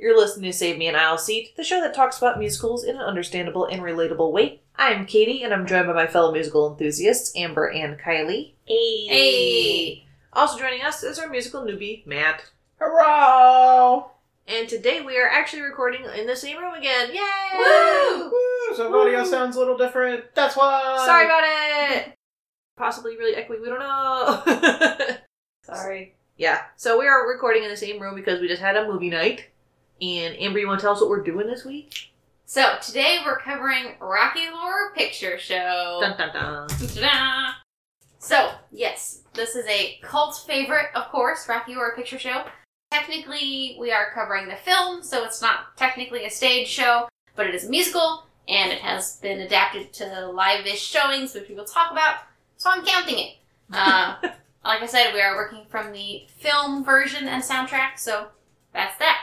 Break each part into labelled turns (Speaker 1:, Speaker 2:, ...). Speaker 1: to Save Me an Aisle Seat, the show that talks about musicals in an understandable and relatable way. I'm Katie, and I'm joined by my fellow musical enthusiasts, Amber and Kylie.
Speaker 2: Hey.
Speaker 3: Hey.
Speaker 1: Also joining us is our musical newbie, Matt.
Speaker 2: Hurrah!
Speaker 1: And today we are actually recording in the same room again. Yay!
Speaker 3: Woo!
Speaker 2: Woo, so the audio
Speaker 1: Woo.
Speaker 2: sounds a little different. That's why.
Speaker 1: Sorry about it! Possibly really echoey, we don't know.
Speaker 3: Sorry.
Speaker 1: yeah, so we are recording in the same room because we just had a movie night. And Amber, you want to tell us what we're doing this week?
Speaker 3: So today we're covering Rocky Horror Picture Show.
Speaker 1: Dun dun dun.
Speaker 3: Ta-da! So yes, this is a cult favorite, of course, Rocky Horror Picture Show. Technically, we are covering the film, so it's not technically a stage show, but it is a musical, and it has been adapted to live-ish showings, which we will talk about. So I'm counting it. Uh, like I said, we are working from the film version and soundtrack, so that's that.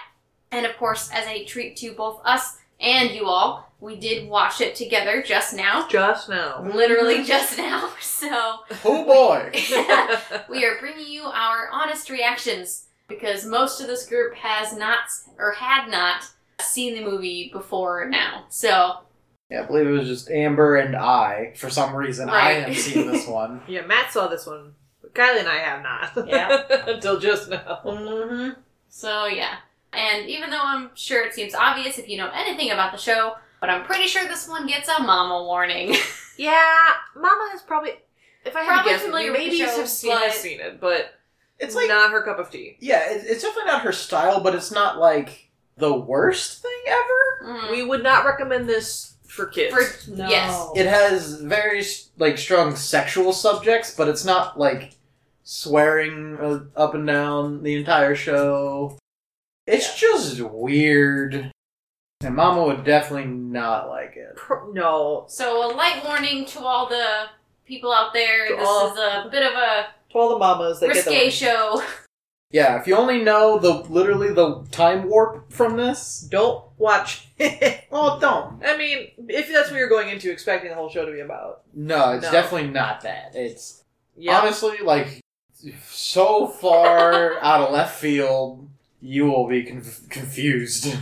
Speaker 3: And of course, as a treat to both us and you all, we did watch it together just now.
Speaker 1: Just now.
Speaker 3: Literally just now. So
Speaker 2: Oh boy.
Speaker 3: we are bringing you our honest reactions because most of this group has not or had not seen the movie before now. So
Speaker 2: yeah, I believe it was just Amber and I. For some reason, I
Speaker 3: Right.
Speaker 2: have seen this one.
Speaker 1: Yeah, Matt saw this one, but Kylie and I have not.
Speaker 3: Yeah.
Speaker 1: Until just now.
Speaker 2: Mm-hmm.
Speaker 3: so yeah. And even though I'm sure it seems obvious if you know anything about the show, but I'm pretty sure this one gets a mama warning.
Speaker 1: Yeah, Mama is probably. If I had to
Speaker 3: Probably
Speaker 1: guess,
Speaker 3: familiar with the
Speaker 1: maybe
Speaker 3: show,
Speaker 1: have seen,
Speaker 3: but-
Speaker 1: has seen it, but
Speaker 2: It's like
Speaker 1: not her cup of tea.
Speaker 2: yeah, it, it's definitely not her style, but it's not like the worst thing ever.
Speaker 3: Mm.
Speaker 1: We would not recommend this for kids.
Speaker 3: For- yes.
Speaker 2: It has very s- like strong sexual subjects, but it's not like swearing uh, up and down the entire show. It's just weird. And Mama would definitely not like it.
Speaker 1: Pro- no.
Speaker 3: So a light warning to all the people out there.
Speaker 1: To
Speaker 3: this
Speaker 1: all-
Speaker 3: is a bit of a
Speaker 1: To all the mamas that get
Speaker 3: risque
Speaker 1: the
Speaker 3: show.
Speaker 2: Yeah, if you only know the literally the time warp from this,
Speaker 1: Don't watch. I
Speaker 2: well, don't.
Speaker 1: mean, if that's what you're going into expecting the whole show to be about.
Speaker 2: No, it's
Speaker 1: No.
Speaker 2: definitely not that. It's
Speaker 1: Yeah.
Speaker 2: honestly like so far out of left field, you will be conf- confused.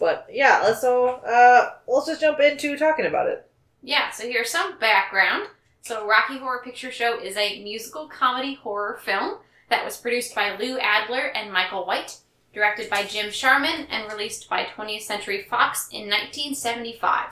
Speaker 1: But yeah, let's so uh let's just jump into talking about it.
Speaker 3: Yeah, so here's some background. So, Rocky Horror Picture Show is a musical comedy horror film that was produced by Lou Adler and Michael White, directed by Jim Sharman, and released by 20th Century Fox in 1975.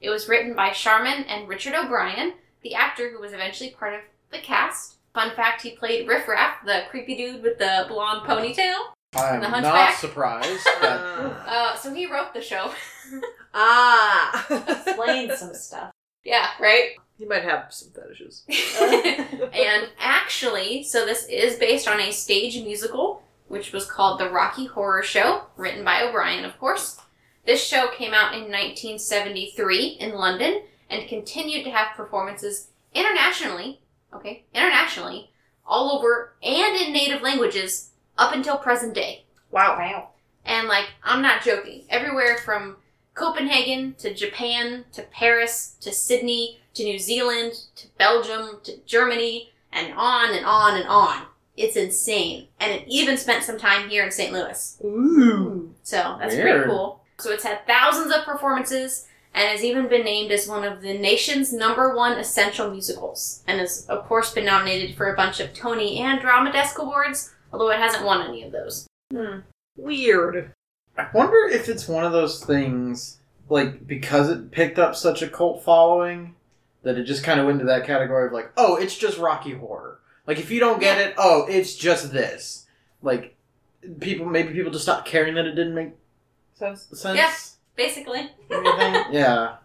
Speaker 3: It was written by Sharman and Richard O'Brien, the actor who was eventually part of the cast. Fun fact he played Riff Raff, the creepy dude with the blonde ponytail.
Speaker 2: I'm
Speaker 3: The
Speaker 2: not
Speaker 3: Hunchback?
Speaker 2: surprised. That,
Speaker 1: Ah.
Speaker 3: Uh, so, he wrote the show.
Speaker 1: ah.
Speaker 4: explain some stuff.
Speaker 3: yeah, right?
Speaker 1: You might have some fetishes.
Speaker 4: Uh,
Speaker 3: and actually, so this is based on a stage musical, which was called The Rocky Horror Show, written by O'Brien, of course. This show came out in 1973 in London and continued to have performances internationally, okay, internationally, all over and in native languages up until present day.
Speaker 1: Wow.
Speaker 4: Wow.
Speaker 3: And like, I'm not joking. Everywhere from Copenhagen to Japan to Paris to Sydney to New Zealand to Belgium to Germany and on and on and on. It's insane. And it even spent some time here in St. Louis.
Speaker 1: Ooh.
Speaker 3: So that's
Speaker 2: Weird.
Speaker 3: pretty cool. So it's had thousands of performances and has even been named as one of the nation's number one essential musicals. And has, of course, been nominated for a bunch of Tony and Drama Desk Awards, although it hasn't won any of those.
Speaker 1: Weird.
Speaker 2: I wonder if it's one of those things like because it picked up such a cult following that it just kind of went into that category of like, oh, it's just Rocky horror. Like if you don't get it, oh, it's just this. Like people, maybe people just stopped caring that it didn't make
Speaker 1: Sounds.
Speaker 2: sense.
Speaker 3: Yeah. Basically.
Speaker 2: or anything. yeah.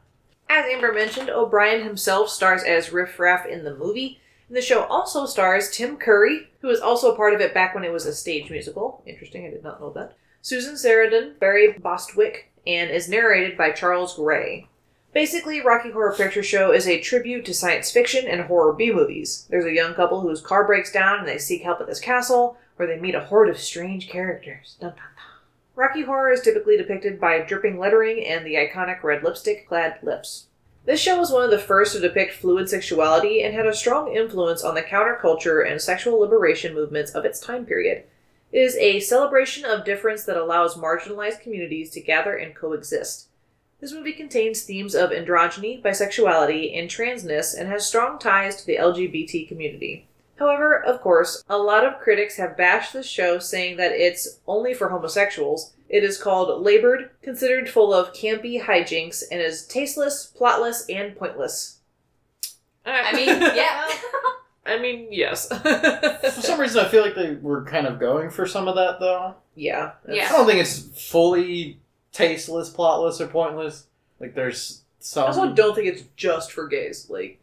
Speaker 1: As Amber mentioned, O'Brien himself stars as Riff Raff in the movie. And the show also stars Tim Curry, who was also a part of it back when it was a stage musical. Interesting, I did not know that. Susan Sarandon, Barry Bostwick, and is narrated by Charles Gray. Basically, Rocky Horror Picture Show is a tribute to science fiction and horror B movies. There's a young couple whose car breaks down and they seek help at this castle, where they meet a horde of strange characters. Dun, dun, dun. Rocky Horror is typically depicted by dripping lettering and the iconic red lipstick clad lips. This show was one of the first to depict fluid sexuality and had a strong influence on the counterculture and sexual liberation movements of its time period. is a celebration of difference that allows marginalized communities to gather and coexist. This movie contains themes of androgyny, bisexuality, and transness and has strong ties to the LGBT community. However, of course, a lot of critics have bashed this show saying that it's only for homosexuals. It is called labored, considered full of campy hijinks, and is tasteless, plotless, and pointless.
Speaker 3: I mean, yeah.
Speaker 1: I mean, yes.
Speaker 2: For some reason, I feel like they were kind of going for some of that, though.
Speaker 1: yeah. that's-
Speaker 3: Yeah.
Speaker 2: I don't think it's fully tasteless, plotless, or pointless. Like, there's some.
Speaker 1: I also don't think it's just for gays. Like,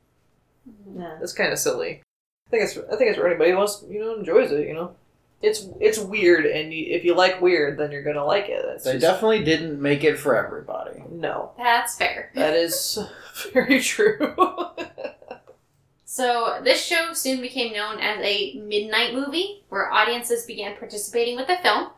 Speaker 1: that's kind of silly. I think it's I think it's for anybody who wants you know enjoys it. You know, it's it's weird, and you, if you like weird, then you're gonna like it. That's
Speaker 2: they
Speaker 1: just-
Speaker 2: definitely didn't make it for everybody.
Speaker 1: no.
Speaker 3: That's fair.
Speaker 1: That is very true.
Speaker 3: So, this show soon became known as a midnight movie where audiences began participating with the film.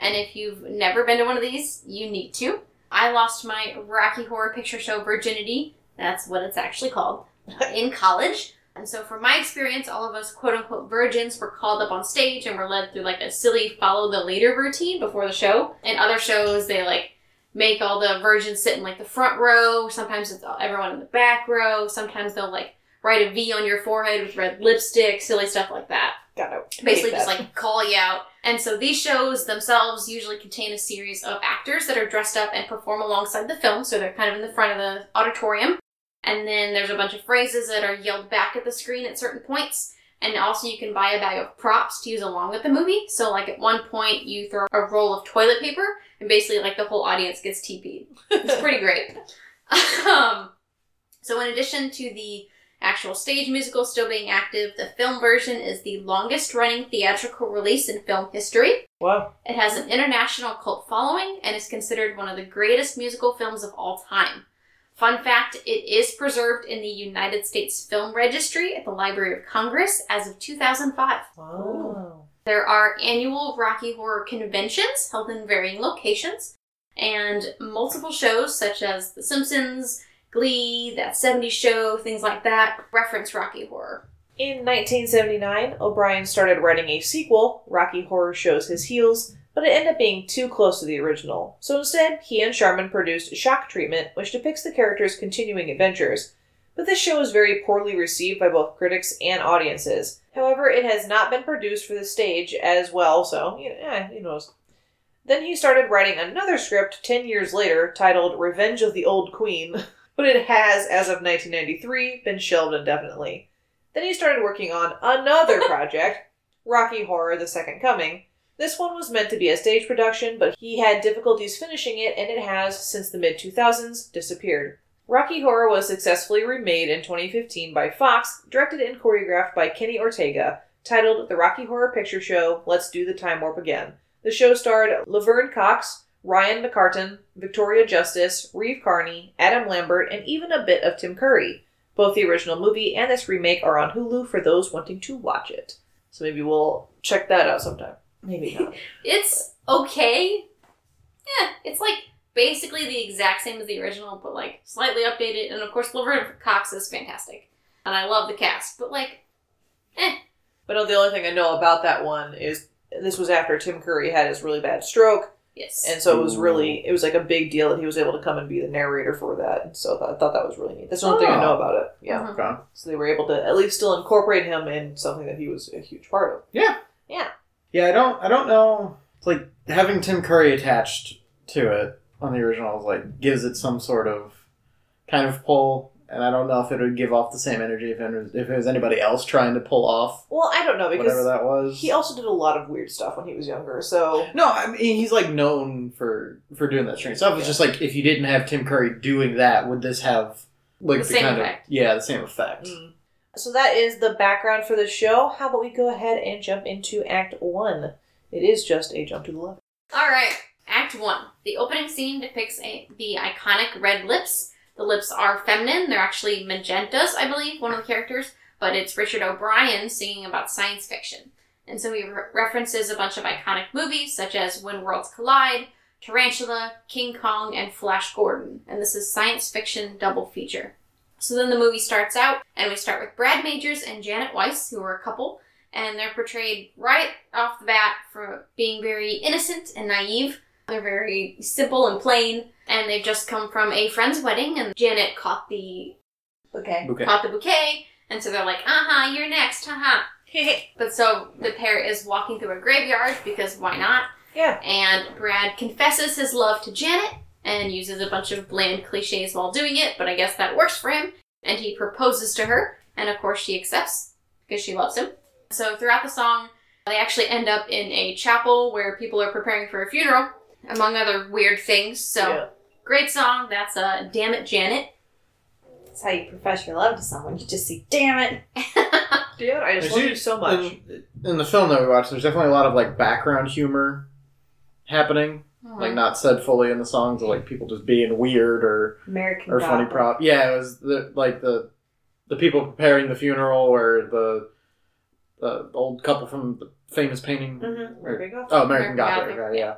Speaker 3: And if you've never been to one of these, you need to. I lost my Rocky Horror Picture Show virginity, that's what it's actually called, uh, in college. And so, from my experience, all of us quote unquote virgins were called up on stage and were led through like a silly follow the leader routine before the show. In other shows, they like make all the virgins sit in like the front row. Sometimes it's everyone in the back row. Sometimes they'll like write a V on your forehead with red lipstick, silly stuff like that.
Speaker 1: God, I hate
Speaker 3: Basically,
Speaker 1: that.
Speaker 3: just like call you out. And so these shows themselves usually contain a series of actors that are dressed up and perform alongside the film, so they're kind of in the front of the auditorium. And then there's a bunch of phrases that are yelled back at the screen at certain points. And also, you can buy a bag of props to use along with the movie. So, like at one point, you throw a roll of toilet paper, and basically, like the whole audience gets TP'd. It's pretty great. um, so, in addition to the actual stage musical still being active, the film version is the longest running theatrical release in film history.
Speaker 1: wow.
Speaker 3: It has an international cult following and is considered one of the greatest musical films of all time. Fun fact it is preserved in the United States Film Registry at the Library of Congress as of 2005.
Speaker 1: Wow.
Speaker 3: There are annual Rocky Horror conventions held in varying locations, and multiple shows such as The Simpsons, Glee, That 70s Show, things like that reference Rocky Horror.
Speaker 1: In 1979, O'Brien started writing a sequel, Rocky Horror Shows His Heels, but it ended up being too close to the original. So instead, he and Sharman produced Shock Treatment, which depicts the character's continuing adventures. But this show was very poorly received by both critics and audiences. However, it has not been produced for the stage as well, so, you know, eh, who knows. Then he started writing another script 10 years later titled Revenge of the Old Queen, but it has, as of 1993, been shelved indefinitely. Then he started working on another project, Rocky Horror The Second Coming. This one was meant to be a stage production, but he had difficulties finishing it, and it has, since the mid 2000s, disappeared. Rocky Horror was successfully remade in 2015 by Fox, directed and choreographed by Kenny Ortega, titled The Rocky Horror Picture Show Let's Do the Time Warp Again. The show starred Laverne Cox, Ryan McCartan, Victoria Justice, Reeve Carney, Adam Lambert, and even a bit of Tim Curry. Both the original movie and this remake are on Hulu for those wanting to watch it. So maybe we'll check that out sometime. Maybe not.
Speaker 3: It's okay. Yeah, it's like basically the exact same as the original, but like slightly updated. And of course, Laverne Cox is fantastic, and I love the cast. But like,
Speaker 1: but no, the only thing I know about that one is this was after Tim Curry had his really bad stroke,
Speaker 3: yes,
Speaker 1: and so it was really it was like a big deal that he was able to come and be the narrator for that. So I thought, I thought that was really neat. That's the only thing I know about it. Yeah.
Speaker 3: Mhm.
Speaker 2: Okay.
Speaker 1: So they were able to at least still incorporate him in something that he was a huge part of.
Speaker 2: Yeah, I don't. I don't know. It's like having Tim Curry attached to it on the original is like gives it some sort of kind of pull, and I don't know if it would give off the same energy if it was, if it was anybody else trying to pull off
Speaker 1: Well, I don't know
Speaker 2: whatever
Speaker 1: because
Speaker 2: that was.
Speaker 1: he also did a lot of weird stuff when he was younger. So
Speaker 2: no, I mean he's like known for for doing that strange stuff. It's
Speaker 1: Yeah.
Speaker 2: just like if you didn't have Tim Curry doing that, would this have like
Speaker 3: The
Speaker 2: the,
Speaker 3: same
Speaker 2: kind
Speaker 3: effect.
Speaker 2: of yeah the same effect?
Speaker 1: Mm. So that is the background for the show. How about we go ahead and jump into Act One? It is just a jump to the left.
Speaker 3: All right, Act One. The opening scene depicts a, the iconic red lips. The lips are feminine; they're actually magentas, I believe, one of the characters. But it's Richard O'Brien singing about science fiction, and so he re- references a bunch of iconic movies such as When Worlds Collide, Tarantula, King Kong, and Flash Gordon. And this is science fiction double feature. So then the movie starts out, and we start with Brad Majors and Janet Weiss, who are a couple, and they're portrayed right off the bat for being very innocent and naive. They're very simple and plain, and they've just come from a friend's wedding, and Janet caught the
Speaker 1: Okay.
Speaker 2: Okay.
Speaker 3: caught the bouquet, and so they're like, "Uh huh, you're next, haha." But so the pair is walking through a graveyard because why not?
Speaker 1: yeah.
Speaker 3: And Brad confesses his love to Janet and uses a bunch of bland cliches while doing it, but I guess that works for him. And he proposes to her, and of course she accepts because she loves him. So throughout the song, they actually end up in a chapel where people are preparing for a funeral, among other weird things. So
Speaker 1: Yeah.
Speaker 3: great song. That's uh, Damn It Janet.
Speaker 4: That's how you profess your love to someone. You just say, damn it.
Speaker 1: Dude, I just
Speaker 2: There's
Speaker 1: love
Speaker 2: u-
Speaker 1: you so much.
Speaker 2: In, in the film that we watched, there's definitely a lot of like background humor happening,
Speaker 3: Uh-huh.
Speaker 2: like not said fully in the songs, or like people just being weird or
Speaker 4: American
Speaker 2: or
Speaker 4: God.
Speaker 2: funny prop. Yeah, it was the like the the people preparing the funeral or the the old couple from the famous painting.
Speaker 4: Mhm.
Speaker 2: Or-
Speaker 1: There you go.
Speaker 2: Oh,
Speaker 3: Mm-hmm. American
Speaker 2: American Gothic,
Speaker 3: Gothic,
Speaker 2: right, yeah.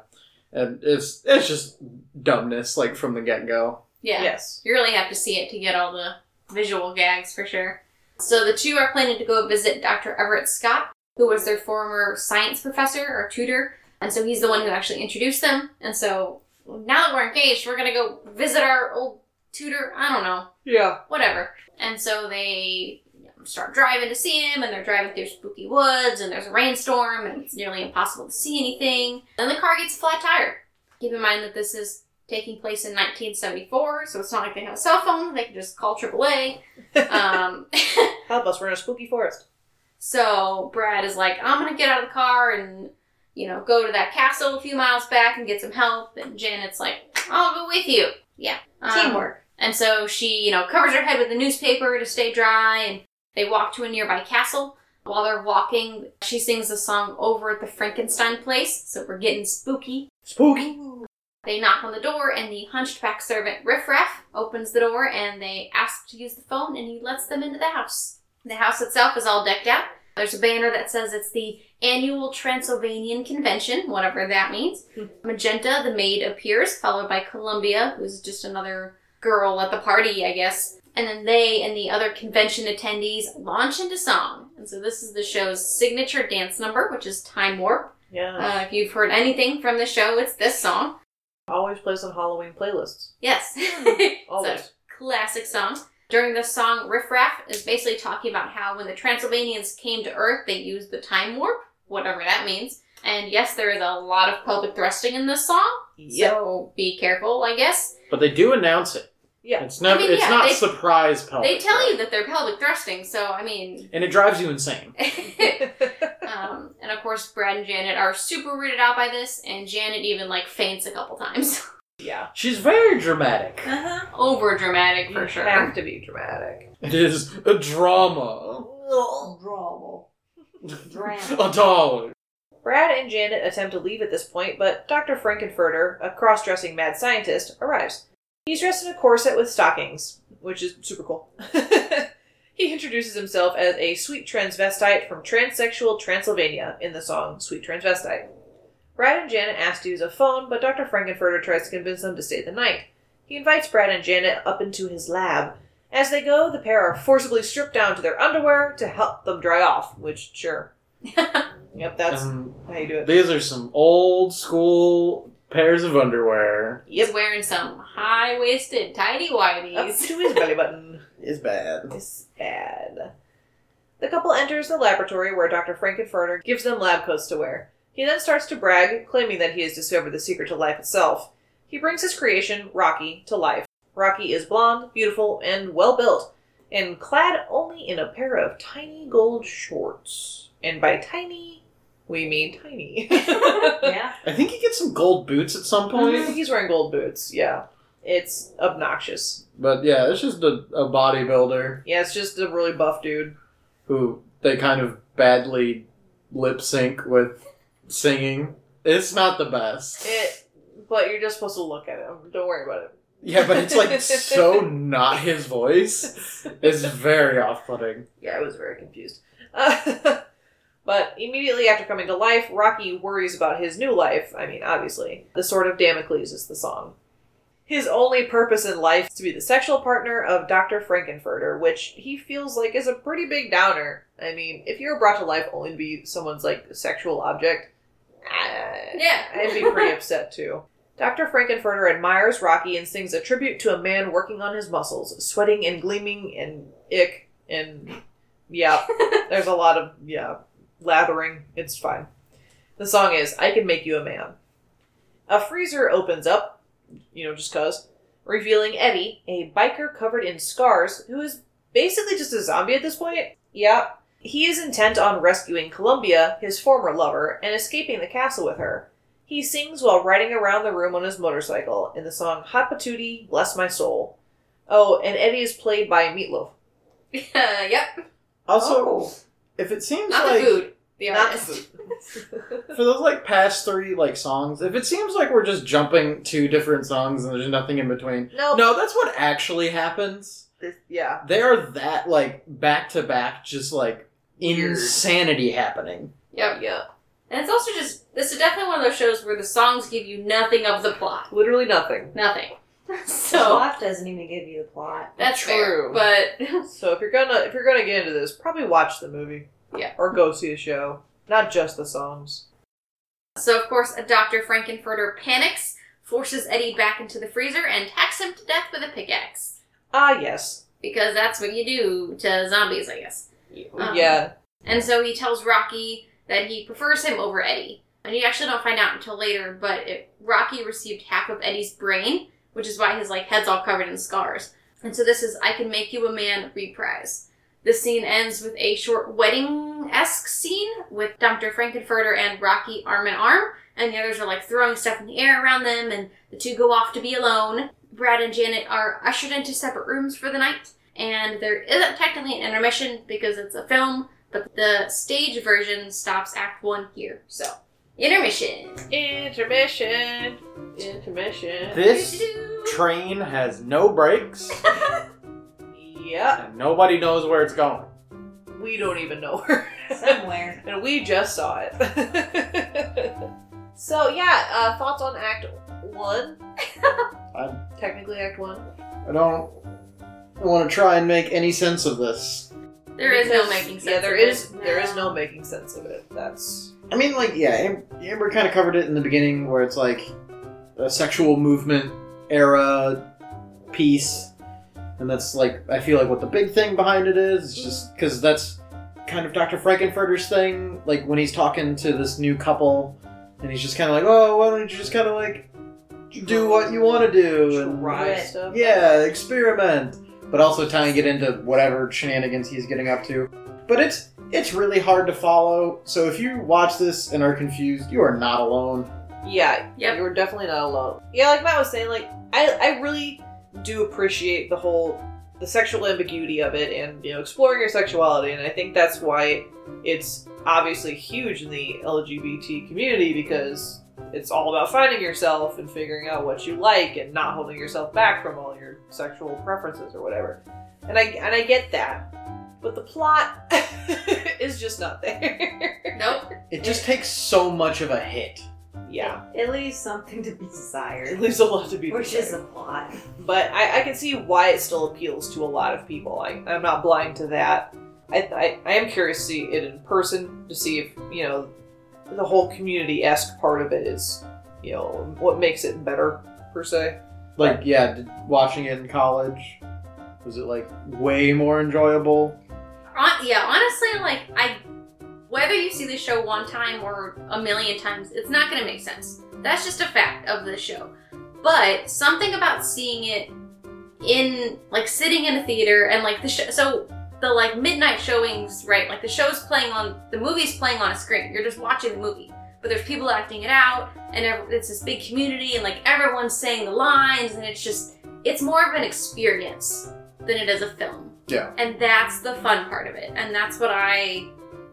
Speaker 2: And it's it's just dumbness like from the get go.
Speaker 3: yeah.
Speaker 1: Yes.
Speaker 3: You really have to see it to get all the visual gags for sure. So the two are planning to go visit Dr. Everett Scott, who was their former science professor or tutor, and so he's the one who actually introduced them. And so now that we're engaged, we're gonna go visit our old tutor. I don't know,
Speaker 1: Yeah.
Speaker 3: whatever. And so they start driving to see him, and they're driving through spooky woods, and there's a rainstorm, and it's nearly impossible to see anything. And the car gets a flat tire. Keep in mind that this is taking place in 1974, so it's not like they have a cell phone. They can just call AAA. Um,
Speaker 1: Help us, we're in a spooky forest.
Speaker 3: so Brad is like, I'm gonna get out of the car and, you know, go to that castle a few miles back and get some help. And Janet's like, I'll go with you. Yeah. Um,
Speaker 4: Teamwork.
Speaker 3: and so she, you know, covers her head with a newspaper to stay dry, and they walk to a nearby castle. While they're walking, she sings a song over at the Frankenstein place, so we're getting spooky.
Speaker 2: Spooky.
Speaker 3: They knock on the door, and the hunchback servant Riffraff opens the door, and they ask to use the phone, and he lets them into the house. The house itself is all decked out. There's a banner that says it's the annual Transylvanian Convention, whatever that means. Magenta, the maid, appears, followed by Columbia, who's just another girl at the party, I guess. And then they and the other convention attendees launch into song. And so this is the show's signature dance number, which is Time Warp.
Speaker 1: Yeah.
Speaker 3: Uh, if you've heard anything from the show, it's this song.
Speaker 1: Always plays on Halloween playlists.
Speaker 3: Yes.
Speaker 1: Always.
Speaker 3: So, classic song. During this song, Riff Raff is basically talking about how when the Transylvanians came to Earth, they used the time warp, whatever that means. And yes, there is a lot of pelvic thrusting in this song,
Speaker 1: Yeah.
Speaker 3: so be careful, I guess.
Speaker 2: But they do announce it.
Speaker 1: Yeah.
Speaker 2: It's never
Speaker 3: I mean,
Speaker 2: it's
Speaker 3: yeah,
Speaker 2: not
Speaker 3: they-
Speaker 2: surprise pelvic.
Speaker 3: they tell you that they're pelvic thrusting, so I mean.
Speaker 2: and it drives you insane.
Speaker 3: um, and of course, Brad and Janet are super weirded out by this, and Janet even like faints a couple times.
Speaker 1: yeah.
Speaker 2: She's very dramatic.
Speaker 1: Uh-huh.
Speaker 3: Over dramatic
Speaker 1: You
Speaker 3: for sure.
Speaker 1: have to be dramatic.
Speaker 2: It is a drama.
Speaker 4: Drama.
Speaker 2: a dollar.
Speaker 1: Brad and Janet attempt to leave at this point, but Dr. Frankenfurter, a cross dressing mad scientist, arrives. He's dressed in a corset with stockings, which is super cool. he introduces himself as a sweet transvestite from transsexual Transylvania in the song Sweet Transvestite. Brad and Janet ask to use a phone, but Dr. Frankenfurter tries to convince them to stay the night. He invites Brad and Janet up into his lab. As they go, the pair are forcibly stripped down to their underwear to help them dry off, which, sure. yep, that's
Speaker 2: Um,
Speaker 1: how you do it.
Speaker 2: these are some old school pairs of underwear.
Speaker 3: He's wearing some high waisted tidy
Speaker 1: Up
Speaker 3: whities.
Speaker 1: to his belly button.
Speaker 2: Is bad.
Speaker 1: It's bad. The couple enters the laboratory where Dr. Frankenfurter gives them lab coats to wear. He then starts to brag, claiming that he has discovered the secret to life itself. He brings his creation, Rocky, to life. Rocky is blonde, beautiful, and well built, and clad only in a pair of tiny gold shorts. And by tiny, we mean tiny.
Speaker 4: Yeah.
Speaker 2: I think he gets some gold boots at some point.
Speaker 1: He's wearing gold boots, yeah. It's obnoxious.
Speaker 2: But yeah, it's just a, a bodybuilder
Speaker 1: Yeah, it's just a really buff dude.
Speaker 2: who they kind of badly lip sync with singing. It's not the best.
Speaker 1: It, but you're just supposed to look at him. Don't worry about it.
Speaker 2: Yeah, but it's like so not his voice. It's very off putting.
Speaker 1: Yeah, I was very confused. Uh, but immediately after coming to life, Rocky worries about his new life. I mean, obviously, the Sword of Damocles is the song. His only purpose in life is to be the sexual partner of Dr. Frankenfurter, which he feels like is a pretty big downer. I mean, if you're brought to life only to be someone's like sexual object, ah, I-
Speaker 3: Yeah.
Speaker 1: I'd be pretty upset too. Dr. Frankenfurter admires Rocky and sings a tribute to a man working on his muscles, sweating and gleaming and ick and yeah. There's a lot of yeah, lathering. It's fine. The song is I Can Make You a Man. A freezer opens up, you know, just cuz, revealing Eddie, a biker covered in scars who is basically just a zombie at this point. Yeah. He is intent on rescuing Columbia, his former lover, and escaping the castle with her. He sings while riding around the room on his motorcycle in the song Hot Patootie, Bless My Soul. Oh, and Eddie is played by Meatloaf.
Speaker 3: Uh, yep.
Speaker 2: Also,
Speaker 1: Oh.
Speaker 2: if it seems
Speaker 3: Not
Speaker 2: like
Speaker 3: the food. The
Speaker 1: Not
Speaker 3: artist.
Speaker 2: for those like past three like songs, if it seems like we're just jumping to different songs and there's nothing in between,
Speaker 1: no,
Speaker 2: no, that's what actually happens.
Speaker 1: This- yeah.
Speaker 2: They are that like back to back, just like insanity happening.
Speaker 3: Yep.
Speaker 1: Yeah.
Speaker 3: And it's also just this is definitely one of those shows where the songs give you nothing of the plot.
Speaker 1: Literally nothing.
Speaker 3: Nothing.
Speaker 4: The
Speaker 3: So
Speaker 4: plot doesn't even give you the plot.
Speaker 3: that's
Speaker 1: True.
Speaker 3: true. But
Speaker 1: So if you're gonna if you're gonna get into this, probably watch the movie.
Speaker 3: Yeah.
Speaker 1: Or go see a show. Not just the songs.
Speaker 3: so of course, a Dr. Frankenfurter panics, forces Eddie back into the freezer, and hacks him to death with a pickaxe
Speaker 1: Ah yes.
Speaker 3: because that's what you do to zombies, I guess.
Speaker 4: Uh-huh.
Speaker 3: Um,
Speaker 1: yeah.
Speaker 3: And so he tells Rocky that he prefers him over Eddie. And you actually don't find out until later, but it, Rocky received half of Eddie's brain, which is why his like head's all covered in scars. And so this is "I Can Make You a Man" reprise. This scene ends with a short wedding-esque scene with Dr. Frankenfurter and Rocky arm in arm, and the others are like throwing stuff in the air around them, and the two go off to be alone. Brad and Janet are ushered into separate rooms for the night, and there isn't technically an intermission because it's a film, but the stage version stops Act 1 here. So, intermission.
Speaker 1: Intermission. Intermission.
Speaker 2: This train has no brakes
Speaker 1: Yeah.
Speaker 2: and nobody knows where it's going.
Speaker 1: We don't even know her.
Speaker 4: Somewhere.
Speaker 1: and we just saw it. so yeah, uh, thoughts on Act One?
Speaker 2: I,
Speaker 1: Technically Act One.
Speaker 2: I don't want to try and make any sense of this.
Speaker 3: There is no
Speaker 1: Because-
Speaker 3: making sense.
Speaker 1: Yeah, there
Speaker 3: of it.
Speaker 1: is. There is no making sense of it. That's
Speaker 2: I mean, like, yeah, Am- Amber kind of covered it in the beginning where it's like a sexual movement era piece. And that's like, I feel like what the big thing behind it is, is just because that's kind of Dr. Frankenfurter's thing. Like, when he's talking to this new couple, and he's just kind of like, oh, why don't you just kind of like do what you want to do? And
Speaker 1: try
Speaker 4: Right.
Speaker 1: stuff.
Speaker 2: Yeah, experiment. But also tying it into whatever shenanigans he's getting up to. But it's it's really hard to follow. So if you watch this and are confused, you are not alone.
Speaker 1: Yeah,
Speaker 3: Yep.
Speaker 1: you were definitely not alone. Yeah, like Matt was saying, like I, I really do appreciate the whole the sexual ambiguity of it and you know exploring your sexuality, and I think that's why it's obviously huge in the LGBT community because it's all about finding yourself and figuring out what you like and not holding yourself back from all your sexual preferences or whatever. And I and I get that. But the plot is just not there.
Speaker 3: Nope.
Speaker 2: It just takes so much of a hit.
Speaker 1: yeah.
Speaker 4: It leaves something to be
Speaker 1: It
Speaker 4: desired.
Speaker 1: leaves a lot to be
Speaker 4: Which
Speaker 1: desired.
Speaker 4: is a plot.
Speaker 1: but I, I can see why it still appeals to a lot of people. I, I'm not blind to that. I, I, I am curious to see it in person to see if, you know, the whole community esque part of it is, you know, what makes it better, per se.
Speaker 2: Like, yeah, did, watching it in college was it like way more enjoyable?
Speaker 3: On, yeah, honestly, like, I. Whether you see the show one time or a million times, it's not going to make sense. That's just a fact of the show. But something about seeing it in, like, sitting in a theater and, like, the show. So, the, like, midnight showings, right? Like, the show's playing on. The movie's playing on a screen. You're just watching the movie. but there's people acting it out and ev- it's this big community and like everyone's saying the lines and it's just it's more of an experience than it is a film
Speaker 2: Yeah.
Speaker 3: and that's the fun part of it and that's what i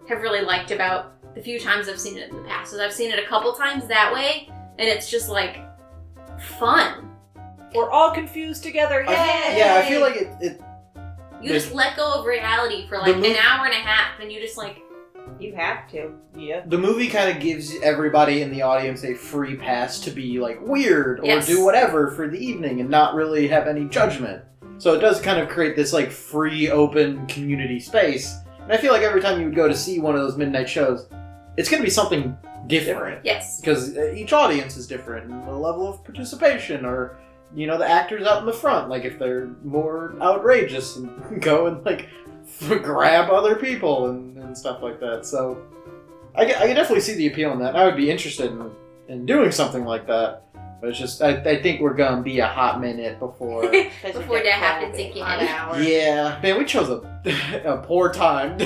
Speaker 3: have really liked about the few times i've seen it in the past is i've seen it a couple times that way and it's just like fun
Speaker 1: We're all confused together.
Speaker 2: I-
Speaker 1: Yay!
Speaker 2: yeah, I feel like it, it
Speaker 3: you just let go of reality for
Speaker 2: The
Speaker 3: like
Speaker 2: mov-
Speaker 3: an hour and a half and you just like
Speaker 4: You have to.
Speaker 1: Yeah.
Speaker 2: The movie kind of gives everybody in the audience a free pass to be like weird or
Speaker 3: Yes.
Speaker 2: do whatever for the evening and not really have any judgment. So it does kind of create this like free, open community space. And I feel like every time you would go to see one of those midnight shows, it's going to be something different
Speaker 3: Yes.
Speaker 2: because uh, each audience is different and the level of participation or you know the actors out in the front like if they're more outrageous and go and like grab other people and, and stuff like that so I, ca- I can definitely see the appeal in that i would be interested in, in doing something like that but it's just I, I think we're gonna be a hot minute before
Speaker 3: Before that happens again.
Speaker 2: yeah man we chose a, a poor time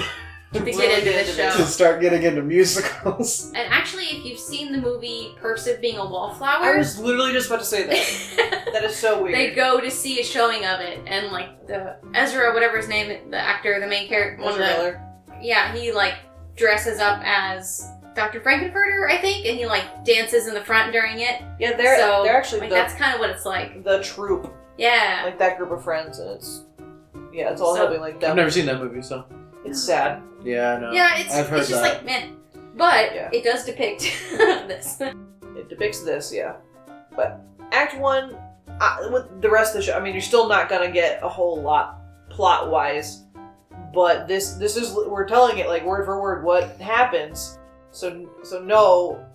Speaker 3: To
Speaker 4: Really
Speaker 3: get into
Speaker 4: good
Speaker 3: the
Speaker 4: at
Speaker 3: show.
Speaker 2: to start getting into musicals
Speaker 3: And actually, if you've seen the movie Perks of Being a
Speaker 1: I
Speaker 3: Wallflower,
Speaker 1: was literally just about to say that. that is so weird.
Speaker 3: they go to see a showing of it, and like the Ezra, whatever his name, the actor, the main character, one of the
Speaker 1: Miller.
Speaker 3: yeah, he like dresses up as Dr. Frankenfurter, I think, and he like dances in the front during it.
Speaker 1: Yeah, they're
Speaker 3: so,
Speaker 1: they're actually
Speaker 3: like
Speaker 1: the
Speaker 3: that's kind of what it's like.
Speaker 1: the troop,
Speaker 3: Yeah,
Speaker 1: like that group of friends, and it's yeah, it's all
Speaker 3: So-
Speaker 1: helping like
Speaker 2: i've
Speaker 1: them.
Speaker 2: never seen that movie so
Speaker 1: It's sad.
Speaker 2: yeah i know
Speaker 3: yeah, it's
Speaker 2: I've heard
Speaker 3: it's just
Speaker 2: that.
Speaker 3: like man, but
Speaker 1: Yeah.
Speaker 3: it does depict this.
Speaker 1: It depicts this, yeah. But Act One, I, with the rest of the show, I mean, you're still not gonna get a whole lot plot wise, but this this is we're telling it like word for word what happens. So so no,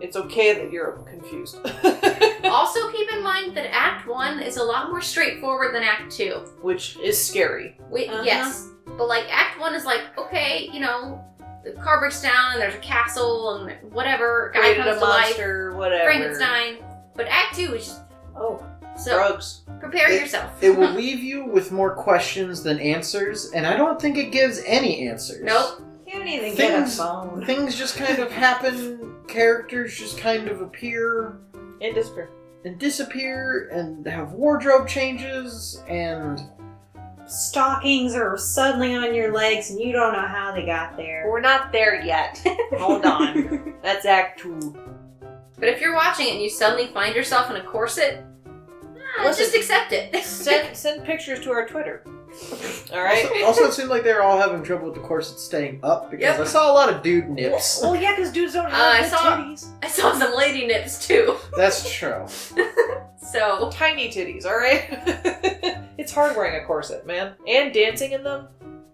Speaker 1: it's okay that you're confused.
Speaker 3: also, keep in mind that Act One is a lot more straightforward than Act Two.
Speaker 1: Which is scary.
Speaker 3: Wait,
Speaker 4: Uh-huh.
Speaker 3: yes. But like act one is like, okay, you know, the car breaks down and there's a castle and whatever, guy
Speaker 1: Created
Speaker 3: comes
Speaker 1: a
Speaker 3: to life,
Speaker 1: monster, whatever.
Speaker 3: Frankenstein. But act two is just,
Speaker 1: Oh,
Speaker 3: so
Speaker 1: drugs.
Speaker 3: prepare
Speaker 2: It-
Speaker 3: yourself.
Speaker 2: It will leave you with more questions than answers, and I don't think it gives any answers.
Speaker 3: nope.
Speaker 4: You don't even get a
Speaker 2: Things-
Speaker 4: phone.
Speaker 2: Things just kind of happen, characters just kind of appear
Speaker 1: And despair.
Speaker 2: and disappear, and have wardrobe changes, and
Speaker 4: Stockings are suddenly on your legs, and you don't know how they got there.
Speaker 1: We're not there yet. Hold on. That's Act Two.
Speaker 3: But if you're watching it and you suddenly find yourself in a corset, ah,
Speaker 1: Listen.
Speaker 3: just accept it.
Speaker 1: Send send pictures to our Twitter. All right.
Speaker 2: also, also it seemed like they were all having trouble with the corset staying up because
Speaker 3: Yep.
Speaker 2: I saw a lot of dude nips.
Speaker 1: Well, yeah, because dudes don't
Speaker 3: Uh, I
Speaker 1: have big
Speaker 3: saw-
Speaker 1: titties.
Speaker 3: I saw some lady nips too.
Speaker 2: That's true.
Speaker 3: So
Speaker 1: Oh, Tiny titties, all right. it's hard wearing a corset, man, and dancing in them.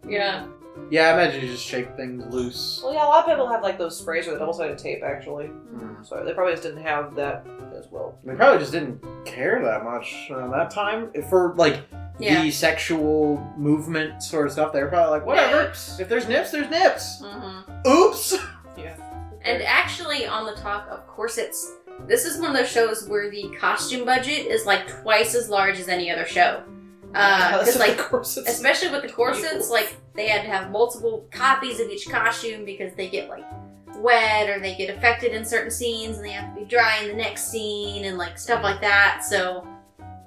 Speaker 3: yeah.
Speaker 2: Yeah, I imagine you just shake things loose.
Speaker 1: Well, yeah, a lot of people have like those sprays with double-sided tape, actually.
Speaker 3: Hmm.
Speaker 2: Mm.
Speaker 1: So they probably just didn't have that as well.
Speaker 2: They probably just didn't care that much around that time for like
Speaker 3: Yeah.
Speaker 2: the sexual movement sort of stuff. They were probably like, whatever.
Speaker 1: Nips.
Speaker 2: If there's nips, there's nips.
Speaker 3: hmm
Speaker 2: Oops.
Speaker 3: And actually, on the talk of corsets, this is one of those shows where the costume budget is like twice as large as any other show. Because,
Speaker 1: Because
Speaker 3: Uh, like,
Speaker 1: corsets.
Speaker 3: especially with the corsets, like they had to have multiple copies of each costume because they get like wet or they get affected in certain scenes and they have to be dry in the next scene and like stuff like that. So,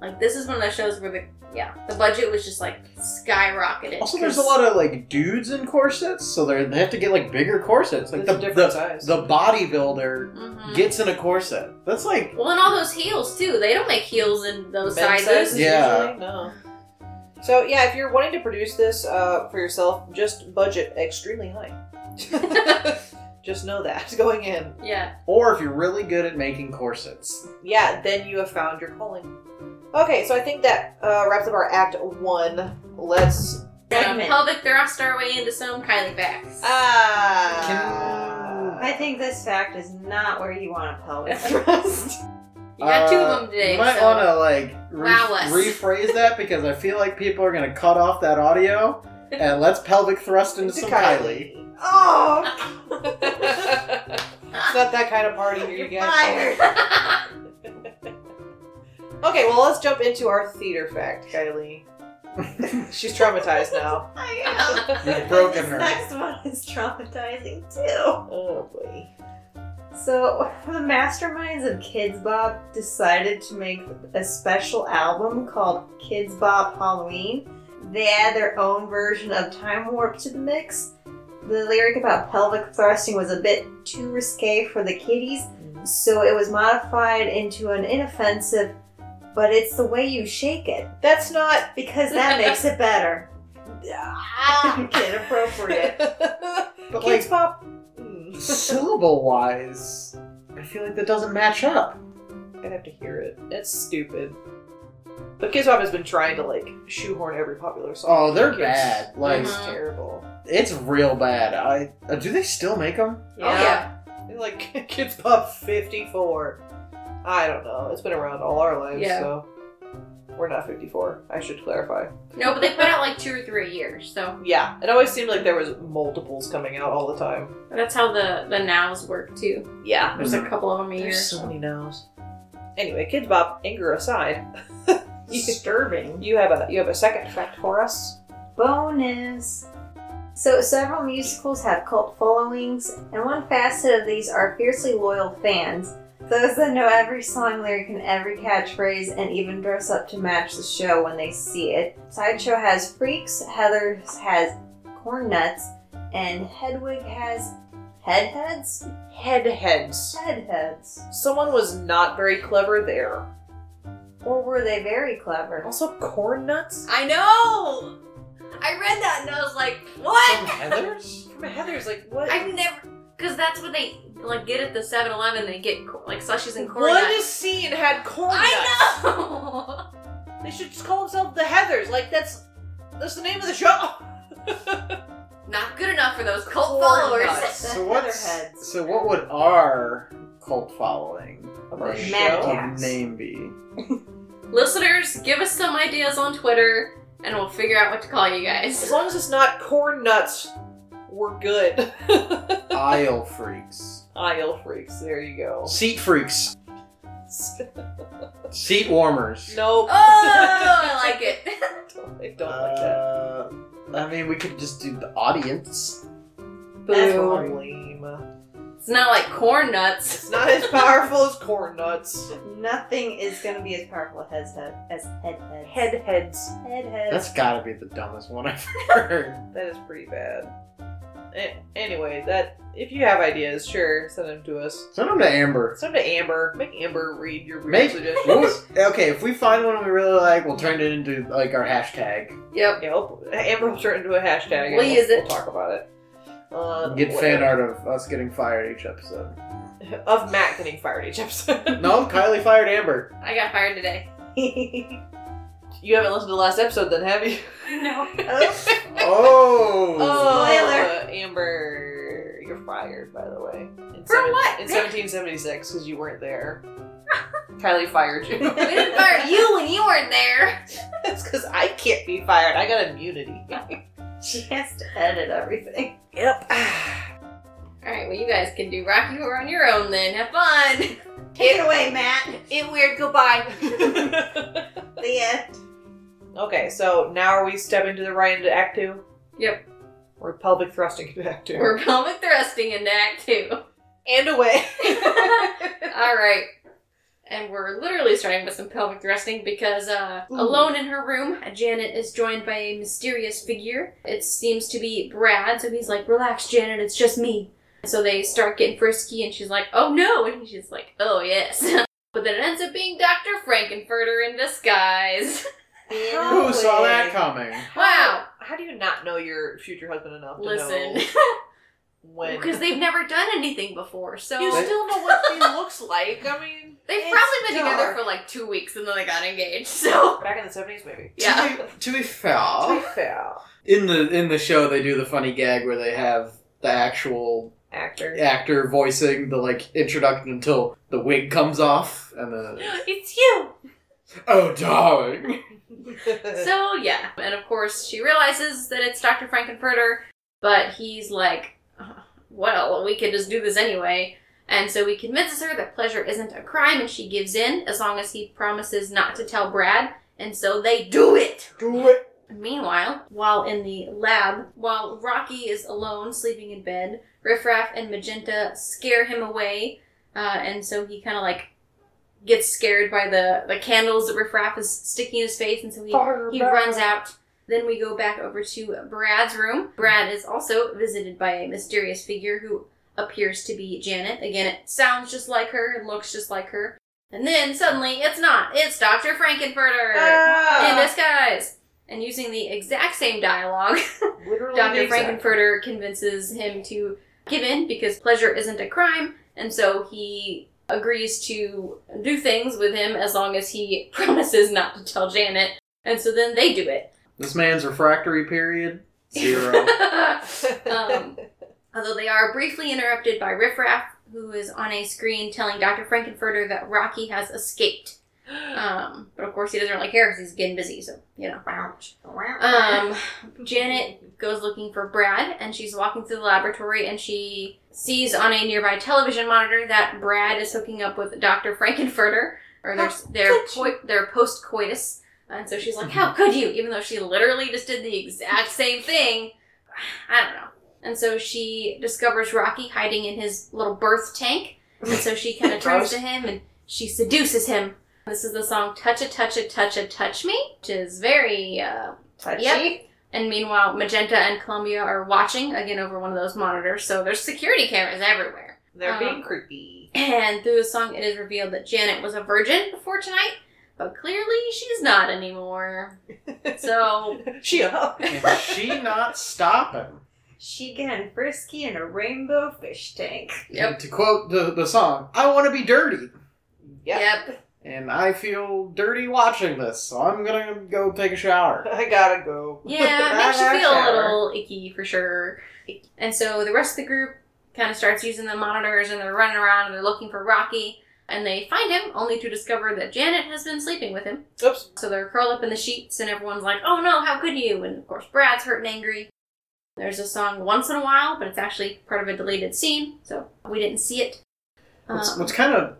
Speaker 3: like, this is one of those shows where the yeah the budget was just like skyrocketed.
Speaker 2: Also, there's a lot of like dudes in corsets, so they they have to get like bigger corsets. Like
Speaker 1: It's
Speaker 2: the
Speaker 1: a different
Speaker 2: the,
Speaker 1: size.
Speaker 2: the bodybuilder
Speaker 3: hmm
Speaker 2: gets in a corset. That's like
Speaker 3: well, and all those heels too. They don't make heels in those
Speaker 1: Men's
Speaker 3: sizes.
Speaker 1: sizes
Speaker 2: Yeah.
Speaker 1: usually? No. So yeah, if you're wanting to produce this uh, for yourself, just budget extremely high. just know that going in.
Speaker 3: Yeah.
Speaker 2: or if you're really good at making corsets.
Speaker 1: yeah, then you have found your calling. Okay, so I think that uh, wraps up our Act One. Let's
Speaker 3: From
Speaker 4: Segment.
Speaker 3: pelvic thrust our way into some Kylie backs.
Speaker 1: ah.
Speaker 4: I think this fact is not where you want a pelvic thrust.
Speaker 3: you got two
Speaker 2: Uh,
Speaker 3: of them today.
Speaker 2: You might
Speaker 3: so-
Speaker 2: want to like re-
Speaker 3: Wow us.
Speaker 2: rephrase that because I feel like people are gonna cut off that audio and let's pelvic thrust into
Speaker 1: To
Speaker 2: some Kylie.
Speaker 1: Kylie. Oh. it's not that kind of party here, you
Speaker 4: You're
Speaker 1: guys. Okay, well let's jump into our theater fact, Kylie. She's traumatized now.
Speaker 2: You've broken her.
Speaker 4: This next one is traumatizing too.
Speaker 1: Oh boy.
Speaker 4: So, the masterminds of Kids Bop decided to make a special album called Kids Bop Halloween. They add their own version of Time Warp to the mix. The lyric about pelvic thrusting was a bit too risque for the kiddies, so it was modified into an inoffensive, but it's the way you shake it,
Speaker 1: That's not.
Speaker 4: because that makes it better.
Speaker 1: Ah.
Speaker 4: Kid appropriate.
Speaker 2: But
Speaker 1: Kids
Speaker 2: like
Speaker 1: Pop. Hmm.
Speaker 2: syllable wise, I feel like that doesn't match up.
Speaker 1: I'd have to hear it. That's stupid. But Kids Pop has been trying to like shoehorn every popular song.
Speaker 2: Oh, they're
Speaker 1: It's-
Speaker 2: bad. Like
Speaker 1: it's
Speaker 3: Mhm.
Speaker 1: terrible.
Speaker 2: it's real bad. I uh, do they still make them?
Speaker 1: Oh,
Speaker 3: yeah.
Speaker 1: They're like Kids Pop 54. I don't know. It's been around all our lives,
Speaker 3: Yeah.
Speaker 1: so we're not 54. I should clarify.
Speaker 3: No, but they put out like two or three a year, so
Speaker 1: Yeah, it always seemed like there was multiples coming out all the time.
Speaker 3: that's how the the nows work too.
Speaker 1: Yeah,
Speaker 3: There's a
Speaker 2: Mhm.
Speaker 3: couple of them a year.
Speaker 1: Mm. there's so many no's. Anyway, Kids Bop, anger aside,
Speaker 4: Disturbing.
Speaker 1: you have a you have a second fact for us.
Speaker 4: Bonus. So several musicals have cult followings, and one facet of these are fiercely loyal fans. Those that know every song lyric and every catchphrase and even dress up to match the show when they see it. Sideshow has freaks, Heather's has corn nuts, and Hedwig has headheads?
Speaker 1: Headheads.
Speaker 4: Headheads.
Speaker 1: Someone was not very clever there.
Speaker 4: Or were they very clever?
Speaker 1: Also, corn nuts
Speaker 3: I know. I read that and I was like, what?
Speaker 2: Some Heathers?
Speaker 1: from Heather's. Like what?
Speaker 3: I've never, because that's what they like get at the 7-Eleven. They get co- like slushies and corn
Speaker 1: One
Speaker 3: nuts.
Speaker 1: scene had corn nuts.
Speaker 3: I know.
Speaker 1: They should just call themselves the Heathers. Like that's that's the name of the show.
Speaker 3: Not good enough for those cult
Speaker 1: Corn
Speaker 3: followers.
Speaker 1: nuts.
Speaker 2: Uh, So what's,
Speaker 4: Heatherheads.
Speaker 2: so what would our cult following
Speaker 1: Of
Speaker 2: or
Speaker 1: our
Speaker 2: show
Speaker 1: show?
Speaker 4: Madcast.
Speaker 2: name be?
Speaker 3: Listeners, give us some ideas on Twitter, and we'll figure out what to call you
Speaker 1: As
Speaker 3: guys.
Speaker 1: long as it's not corn nuts, we're good.
Speaker 2: Aisle freaks,
Speaker 1: Aisle freaks. There you go.
Speaker 2: seat freaks, seat warmers.
Speaker 1: Nope.
Speaker 3: Oh, I like it.
Speaker 1: I don't like that.
Speaker 2: Uh, I mean, we could just do the audience.
Speaker 4: That's
Speaker 3: Boo.
Speaker 1: lame.
Speaker 3: It's not like corn nuts.
Speaker 1: It's not as powerful as corn nuts.
Speaker 4: Nothing is going to be as powerful as head as headheads.
Speaker 1: Headheads.
Speaker 4: Headheads.
Speaker 2: That's gotta be the dumbest one I've heard.
Speaker 1: That is pretty bad. A- anyway, that if you have ideas, sure, send them to us.
Speaker 2: Send them to Amber.
Speaker 1: Send them to Amber. Make Amber read your
Speaker 2: Make- What
Speaker 1: suggestions.
Speaker 2: was- okay, if we find one we really like, we'll turn it into like our hashtag.
Speaker 3: Yep.
Speaker 1: Yeah, we'll- Amber will turn it into a hashtag. and
Speaker 3: We'll use it.
Speaker 1: We'll talk about it. Uh,
Speaker 2: Get
Speaker 1: what-
Speaker 2: fan art of us getting fired each episode.
Speaker 1: of Matt getting fired each episode.
Speaker 2: No, Kylie fired Amber.
Speaker 3: I got fired today.
Speaker 1: you haven't listened to the last episode, then, have you?
Speaker 3: No.
Speaker 4: Oh,
Speaker 2: Oh.
Speaker 1: Oh,
Speaker 4: Spoiler.
Speaker 1: Amber, you're fired. By the way, in
Speaker 3: For what?
Speaker 1: In 1776, because you weren't there. Kylie fired you.
Speaker 3: We didn't fire you when you weren't there.
Speaker 1: That's because I can't be fired. I got immunity.
Speaker 4: she has to edit everything.
Speaker 1: Yep.
Speaker 3: All right, well, you guys can do Rocky Horror on your own then. Have fun.
Speaker 4: Take it away, Matt.
Speaker 3: It weird. Goodbye.
Speaker 4: The end.
Speaker 1: okay, so now are we stepping to the right into Act Two?
Speaker 3: Yep.
Speaker 1: We're pelvic thrusting into Act 2
Speaker 3: We're pelvic thrusting into Act Two.
Speaker 1: and away.
Speaker 3: All right. And we're literally starting with some pelvic thrusting because uh,
Speaker 1: Ooh.
Speaker 3: alone in her room, Janet is joined by a mysterious figure. It seems to be Brad, so he's like, Relax, Janet, it's just me. So they start getting frisky, and she's like, Oh no! And she's like, Oh yes. but then it ends up being Dr. Frankenfurter in disguise.
Speaker 2: Who saw that coming?
Speaker 3: Wow.
Speaker 1: How do you not know your future husband enough to
Speaker 3: Listen,
Speaker 1: know when?
Speaker 3: because they've never done anything before, so.
Speaker 1: you
Speaker 2: They-
Speaker 1: still know what he looks like. I mean,
Speaker 3: They've
Speaker 1: it's
Speaker 3: probably been together
Speaker 1: dark.
Speaker 3: for like two weeks and then they got engaged, so.
Speaker 1: back in the seventies, maybe.
Speaker 3: Yeah.
Speaker 2: To be, to be
Speaker 1: To be
Speaker 2: fair,
Speaker 1: fair,
Speaker 2: in the in the show they do the funny gag where they have the actual
Speaker 1: actor.
Speaker 2: actor voicing the like introduction until the wig comes off and then
Speaker 3: it's you!
Speaker 2: oh darling.
Speaker 3: So yeah, and of course she realizes that it's Dr. Frankenfurter, but he's like, "Uh, "Well, we could just do this anyway." And so he convinces her that pleasure isn't a crime, and she gives in as long as he promises not to tell Brad. And so they do it.
Speaker 2: Do it.
Speaker 3: Meanwhile, while in the lab, while Rocky is alone sleeping in bed, Riffraff and Magenta scare him away, uh, and so he kind of like gets scared by the the candles that Riffraff is sticking in his face, and so he he runs out. Then we go back over to Brad's room. Brad is also visited by a mysterious figure who appears to be Janet. Again, it sounds just like her and looks just like her.
Speaker 1: Ah.
Speaker 4: Ah.
Speaker 3: And then suddenly, it's not. It's Dr. Frankenfurter in disguise. and using the exact same dialogue,
Speaker 1: Literally,
Speaker 3: Dr.
Speaker 1: the exact-
Speaker 3: Frankenfurter convinces him to give in because pleasure isn't a crime, and so he agrees to do things with him as long as he promises not to tell Janet. And so then they do it.
Speaker 2: This man's refractory period zero.
Speaker 3: um, although they are briefly interrupted by Riffraff, who is on a screen telling Dr. Frankenfurter that Rocky has escaped. Um, but of course, he doesn't really care because he's getting busy, so, you know.
Speaker 1: Uh,
Speaker 3: Um, Janet goes looking for Brad, and she's walking through the laboratory, and she sees on a nearby television monitor that Brad is hooking up with Dr. Frankenfurter, or their their,
Speaker 4: could
Speaker 3: coi- their post coitus. And so she's like, "How could you?" Even though she literally just did the exact same thing. I don't know. And so she discovers Rocky hiding in his little birth tank, and so she kind of turns to him and she seduces him. This is the song "Touch a Touch a Touch a Touch Me," which is very uh,
Speaker 4: Touchy.
Speaker 3: Yep. and meanwhile, Magenta and Columbia are watching again over one of those monitors, so there's security cameras everywhere.
Speaker 1: They're
Speaker 3: Um,
Speaker 1: being creepy.
Speaker 3: And through the song, it is revealed that Janet was a virgin before tonight, but clearly she's not anymore. So,
Speaker 1: She up.
Speaker 2: and she not stopping.
Speaker 4: She getting frisky in a rainbow fish tank.
Speaker 3: Yep.
Speaker 2: And to quote the, the song, I want to be dirty.
Speaker 1: Yeah.
Speaker 3: yep.
Speaker 2: And I feel dirty watching this, so I'm gonna go take a shower.
Speaker 1: I gotta go.
Speaker 3: Yeah, it makes
Speaker 2: Shower.
Speaker 3: you feel a little icky for sure. And so the rest of the group kind of starts using the monitors and they're running around and they're looking for Rocky. And they find him, only to discover that Janet has been sleeping with him.
Speaker 1: Oops.
Speaker 3: So they're curled up in the sheets, and everyone's like, oh no, how could you? And of course, Brad's hurt and angry. There's a song once in a while, but it's actually part of a deleted scene, so we didn't see it.
Speaker 2: What's,
Speaker 3: Um,
Speaker 2: what's kind of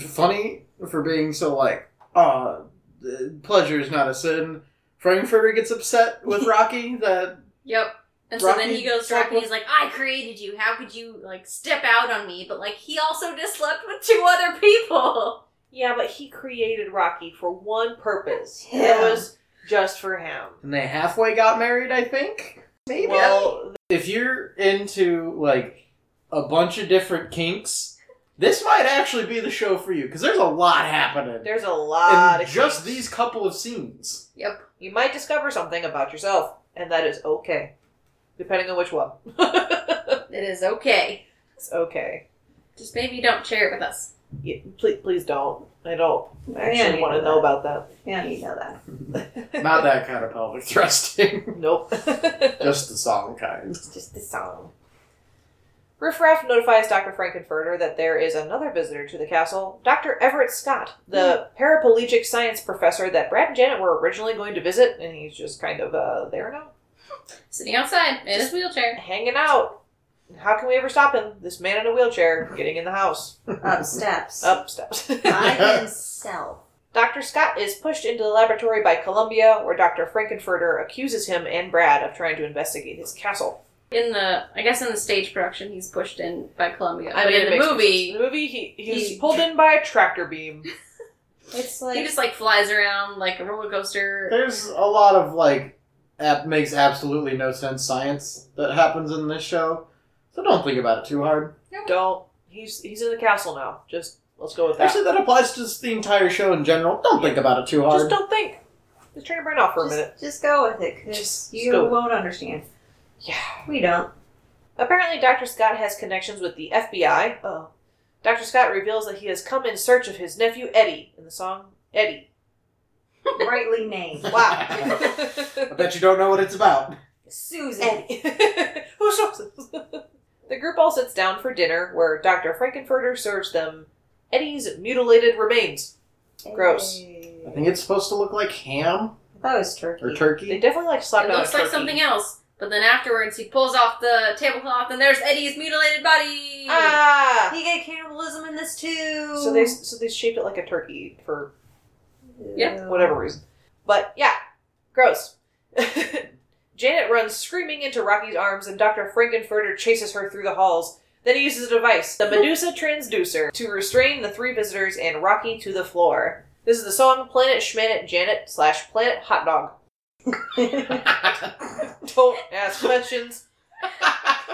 Speaker 2: funny for being so like, uh, the pleasure is not a sin. Frankfurter gets upset with Rocky that
Speaker 3: Yep. And so then he
Speaker 2: Rocky-
Speaker 3: goes to Rocky and he's like, I created you. How could you, like, step out on me? But, like, he also just slept with two other people.
Speaker 1: Yeah, but he created Rocky for one purpose.
Speaker 4: Yeah.
Speaker 1: It was just for him.
Speaker 2: and they halfway got married, I think. Maybe.
Speaker 1: Well,
Speaker 2: if you're into like a bunch of different kinks, this might actually be the show for you because there's a lot happening
Speaker 1: there's a lot
Speaker 2: in
Speaker 1: of
Speaker 2: just
Speaker 1: kinks.
Speaker 2: these couple of scenes.
Speaker 3: Yep.
Speaker 1: You might discover something about yourself, and that is okay, depending on which one.
Speaker 3: It is okay.
Speaker 1: it's okay.
Speaker 3: Just maybe don't share it with us.
Speaker 1: Yeah, please, please don't. I don't
Speaker 4: I
Speaker 1: actually want to know about that.
Speaker 4: Yeah, you know that.
Speaker 2: Not that kind of pelvic thrusting,
Speaker 1: Nope.
Speaker 2: just the song kind.
Speaker 4: It's just the song.
Speaker 1: Riffraff notifies Dr. Frankenfurter that there is another visitor to the castle, Dr. Everett Scott, the paraplegic science professor that Brad and Janet were originally going to visit, and he's just kind of uh, there now,
Speaker 3: Sitting outside in his wheelchair.
Speaker 1: hanging out. How can we ever stop him? This man in a wheelchair getting in the house,
Speaker 4: Up steps.
Speaker 1: up steps.
Speaker 4: By himself.
Speaker 1: Dr. Scott is pushed into the laboratory by Columbia, where Dr. Frankenfurter accuses him and Brad of trying to investigate his castle.
Speaker 3: In the, I guess in the stage production, he's pushed in by Columbia. but
Speaker 1: it
Speaker 3: in the
Speaker 1: makes-
Speaker 3: movie,
Speaker 1: the movie, he, he's
Speaker 3: he-
Speaker 1: pulled in by a tractor beam.
Speaker 4: It's
Speaker 3: He
Speaker 4: like
Speaker 3: just like flies around like a roller coaster.
Speaker 2: There's a lot of like ab- makes absolutely no sense science that happens in this show, so don't think about it too hard.
Speaker 1: Don't. He's he's in the castle now. Just let's go with that.
Speaker 2: Actually, that applies to just the entire show in general. Don't think about it too hard.
Speaker 1: Just don't think. Just turn your brain off for a
Speaker 4: just,
Speaker 1: minute.
Speaker 4: just go with it, 'cause
Speaker 1: Just-
Speaker 4: you
Speaker 1: just go with it.
Speaker 4: won't understand.
Speaker 1: Yeah.
Speaker 4: We don't.
Speaker 1: Apparently, Dr. Scott has connections with the FBI. Oh. Dr. Scott reveals that he has come in search of his nephew Eddie in the song Eddie.
Speaker 4: Rightly named.
Speaker 1: Wow.
Speaker 2: I bet you don't know what it's about.
Speaker 4: Susan.
Speaker 1: Eddie. Who shows us? The group all sits down for dinner, where Dr. Frankenfurter serves them Eddie's mutilated remains. Gross.
Speaker 4: Hey.
Speaker 2: I think it's supposed to look like ham
Speaker 4: I thought it was turkey.
Speaker 2: or turkey.
Speaker 1: They definitely like slapped
Speaker 3: It
Speaker 1: on
Speaker 3: looks
Speaker 1: a
Speaker 3: like
Speaker 1: turkey.
Speaker 3: something else. But then afterwards, he pulls off the tablecloth, and there's Eddie's mutilated body.
Speaker 1: Ah!
Speaker 4: You get cannibalism in this too.
Speaker 1: So they so they shaped it like a turkey for
Speaker 3: Yeah.
Speaker 1: whatever reason. But yeah, gross. Janet runs screaming into Rocky's arms, and Dr. Frankenfurter chases her through the halls. Then he uses a device, the Medusa Transducer, to restrain the three visitors and Rocky to the floor. This is the song Planet Schmanet Janet slash Planet Hot Dog. Don't ask questions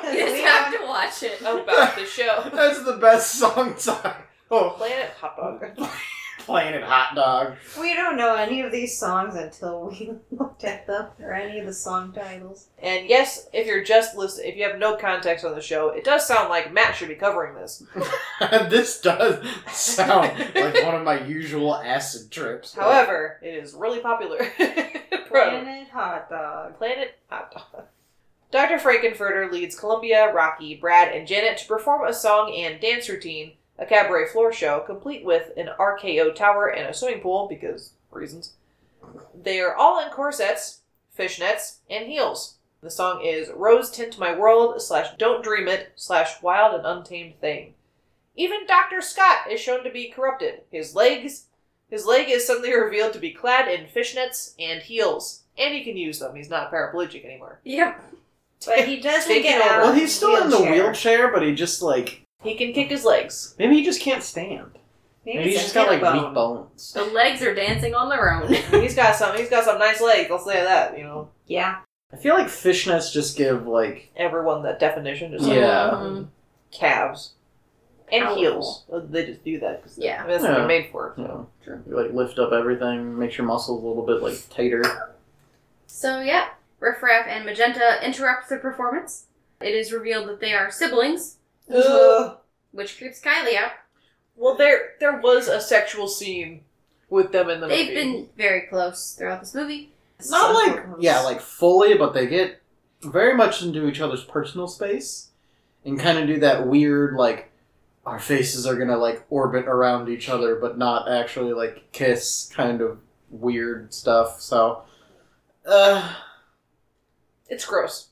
Speaker 3: You just have to watch it.
Speaker 1: Oh. about the show.
Speaker 2: That's the best song title. Oh,
Speaker 1: Planet Hot Dog.
Speaker 2: Plain and hot dog.
Speaker 4: We don't know any of these songs until we looked at them or any of the song titles.
Speaker 1: And yes, if you're just listening, if you have no context on the show, it does sound like Matt should be covering this.
Speaker 2: this does sound like one of my usual acid trips.
Speaker 1: However, it is really popular. Pro.
Speaker 4: Planet Hot Dog.
Speaker 1: Planet Hot Dog. Dr. Frankenfurter leads Columbia, Rocky, Brad, and Janet to perform a song and dance routine, a cabaret floor show, complete with an RKO tower and a swimming pool, because reasons. They are all in corsets, fishnets, and heels. The song is Rose Tint My World slash Don't Dream It slash Wild and Untamed Thing. Even Dr. Scott is shown to be corrupted. His legs, his leg is suddenly revealed to be clad in fishnets and heels, and he can use them. He's not paraplegic anymore.
Speaker 3: Yep.
Speaker 4: But he doesn't
Speaker 1: Taking
Speaker 4: get
Speaker 1: over.
Speaker 4: out.
Speaker 2: well,
Speaker 4: of
Speaker 2: he's
Speaker 4: the
Speaker 2: still in the wheelchair, but he just like
Speaker 1: He can kick his legs.
Speaker 2: maybe he just can't stand.
Speaker 4: Maybe,
Speaker 2: Maybe,
Speaker 4: it's
Speaker 2: he's
Speaker 4: a
Speaker 2: just got like
Speaker 4: bone.
Speaker 2: weak bones.
Speaker 3: The legs are dancing on their own.
Speaker 1: he's got some. He's got some nice legs. I'll say that. You know,
Speaker 4: Yeah.
Speaker 2: I feel like fishnets just give like
Speaker 1: everyone that definition just like
Speaker 2: Yeah.
Speaker 3: Mhm.
Speaker 1: calves and
Speaker 3: Ow.
Speaker 1: heels. Oh, They just do that because
Speaker 3: Yeah.
Speaker 1: that's what
Speaker 2: Yeah.
Speaker 1: they're made for.
Speaker 2: you
Speaker 1: So.
Speaker 2: know, you, like lift up everything, makes your muscles a little bit like tighter.
Speaker 3: So yeah, Riff Raff and Magenta interrupt the performance. It is revealed that they are siblings,
Speaker 1: Ugh.
Speaker 3: which creeps Kylie out.
Speaker 1: well, there there was a sexual scene with them in the
Speaker 3: They've
Speaker 1: movie.
Speaker 3: been very close throughout this movie.
Speaker 2: Not like
Speaker 4: Sometimes.
Speaker 2: yeah, like fully, but they get very much into each other's personal space and kind of do that weird like our faces are gonna like orbit around each other, but not actually like kiss kind of weird stuff. So, uh,
Speaker 1: It's gross.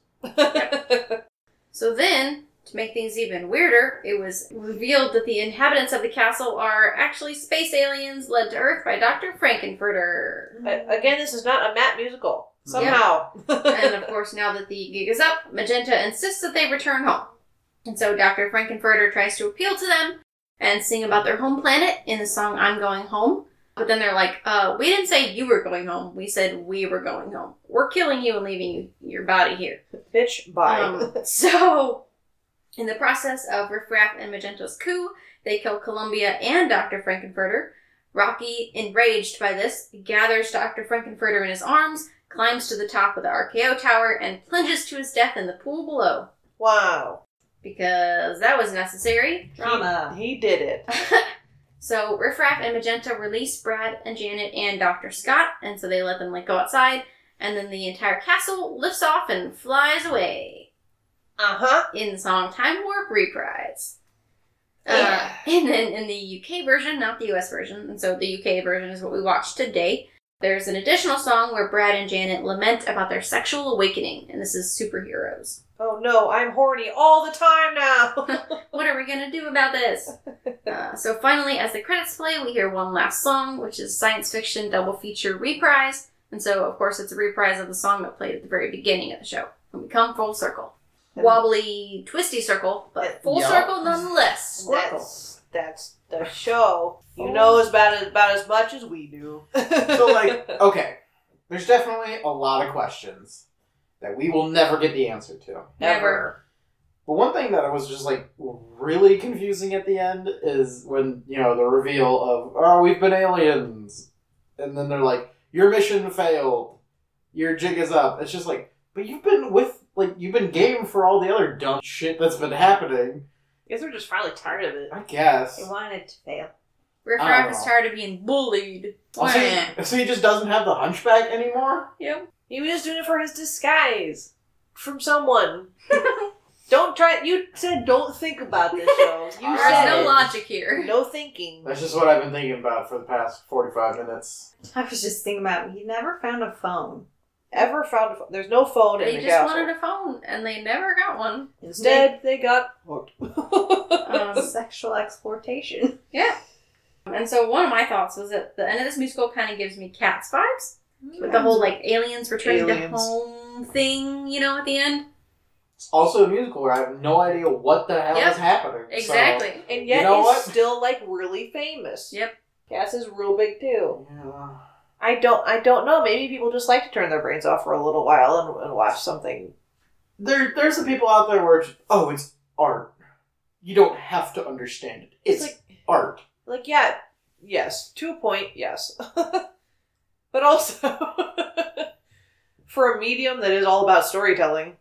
Speaker 3: So then, to make things even weirder, it was revealed that the inhabitants of the castle are actually space aliens led to Earth by Dr. Frankenfurter.
Speaker 2: Mm.
Speaker 1: A- Again, this is not a Matt musical. Somehow.
Speaker 3: and of course, now that the gig is up, Magenta insists that they return home. And so Dr. Frankenfurter tries to appeal to them and sing about their home planet in the song I'm Going Home. But then they're like, uh, we didn't say you were going home. We said we were going home. We're killing you and leaving you, your body here.
Speaker 1: Bitch, bye.
Speaker 3: Um, so, in the process of Riff Raff and Magenta's coup, they kill Columbia and Dr. Frankenfurter. Rocky, enraged by this, gathers Dr. Frankenfurter in his arms, climbs to the top of the RKO tower, and plunges to his death in the pool below.
Speaker 1: wow.
Speaker 3: Because that was necessary.
Speaker 4: Drama.
Speaker 1: He did it.
Speaker 3: so Riff Raff and Magenta release Brad and Janet and Dr. Scott, and so they let them like go outside, and then the entire castle lifts off and flies away.
Speaker 1: Uh
Speaker 2: Uh-huh.
Speaker 1: huh.
Speaker 3: in the song Time Warp Reprise. Uh,
Speaker 1: Yeah.
Speaker 3: and then in the UK version, not the US version, and so the UK version is what we watched today. There's an additional song where Brad and Janet lament about their sexual awakening, and this is superheroes.
Speaker 1: Oh no, I'm horny all the time now.
Speaker 3: What are we gonna do about this? Uh, so finally, as the credits play, we hear one last song, which is science fiction double feature reprise. And so, of course, it's a reprise of the song that played at the very beginning of the show. And we come full circle. Wobbly, twisty circle, but full
Speaker 2: Yeah.
Speaker 3: circle nonetheless.
Speaker 1: that's that's the show. You know as about as- about as much as we do.
Speaker 2: so like okay, there's definitely a lot of questions that we will never get the answer to.
Speaker 3: Never.
Speaker 2: But one thing that was just like really confusing at the end is when you know the reveal of oh we've been aliens, and then they're like your mission failed, your jig is up. It's just like but you've been with like you've been game for all the other dumb shit that's been happening.
Speaker 1: guess we're just finally tired of it.
Speaker 2: I guess.
Speaker 4: I wanted to fail.
Speaker 3: Riff
Speaker 2: I
Speaker 3: Raff
Speaker 2: don't
Speaker 3: is
Speaker 2: know.
Speaker 3: tired of being bullied.
Speaker 2: Oh, so,
Speaker 3: Wah.
Speaker 2: he, so he just doesn't have the hunchback anymore.
Speaker 3: Yep.
Speaker 1: He was just doing it for his disguise from someone. don't try. You said don't think about this show. You
Speaker 3: There's
Speaker 1: said
Speaker 3: no
Speaker 2: it.
Speaker 3: logic here.
Speaker 1: it. no thinking.
Speaker 2: That's just what I've been thinking about for the past forty-five minutes.
Speaker 4: I was just thinking about you never found a phone.
Speaker 1: Ever found a phone? There's no phone
Speaker 3: They
Speaker 1: in the
Speaker 3: just
Speaker 1: castle.
Speaker 3: wanted a phone, and they never got one.
Speaker 1: Instead, they got hooked.
Speaker 3: Um,
Speaker 4: Sexual exploitation.
Speaker 3: yeah. And so one of my thoughts was that the end of this musical kind of gives me Cats vibes, with the whole like aliens returning to
Speaker 2: Aliens.
Speaker 3: home thing, you know, at the end.
Speaker 2: It's also a musical where I have no idea what the hell
Speaker 3: Yep.
Speaker 2: is happening. so-
Speaker 3: Exactly.
Speaker 1: and yet
Speaker 2: You know
Speaker 1: is
Speaker 2: what?
Speaker 1: still like really famous.
Speaker 3: Yep.
Speaker 1: Cass is real big too.
Speaker 2: Yeah.
Speaker 1: I don't I don't know. Maybe people just like to turn their brains off for a little while and, and watch something.
Speaker 2: there there's some people out there where it's, oh it's art you don't have to understand it it's,
Speaker 1: It's
Speaker 2: art
Speaker 1: Like yeah, Yes, to a point, yes. but also, for a medium that is all about storytelling,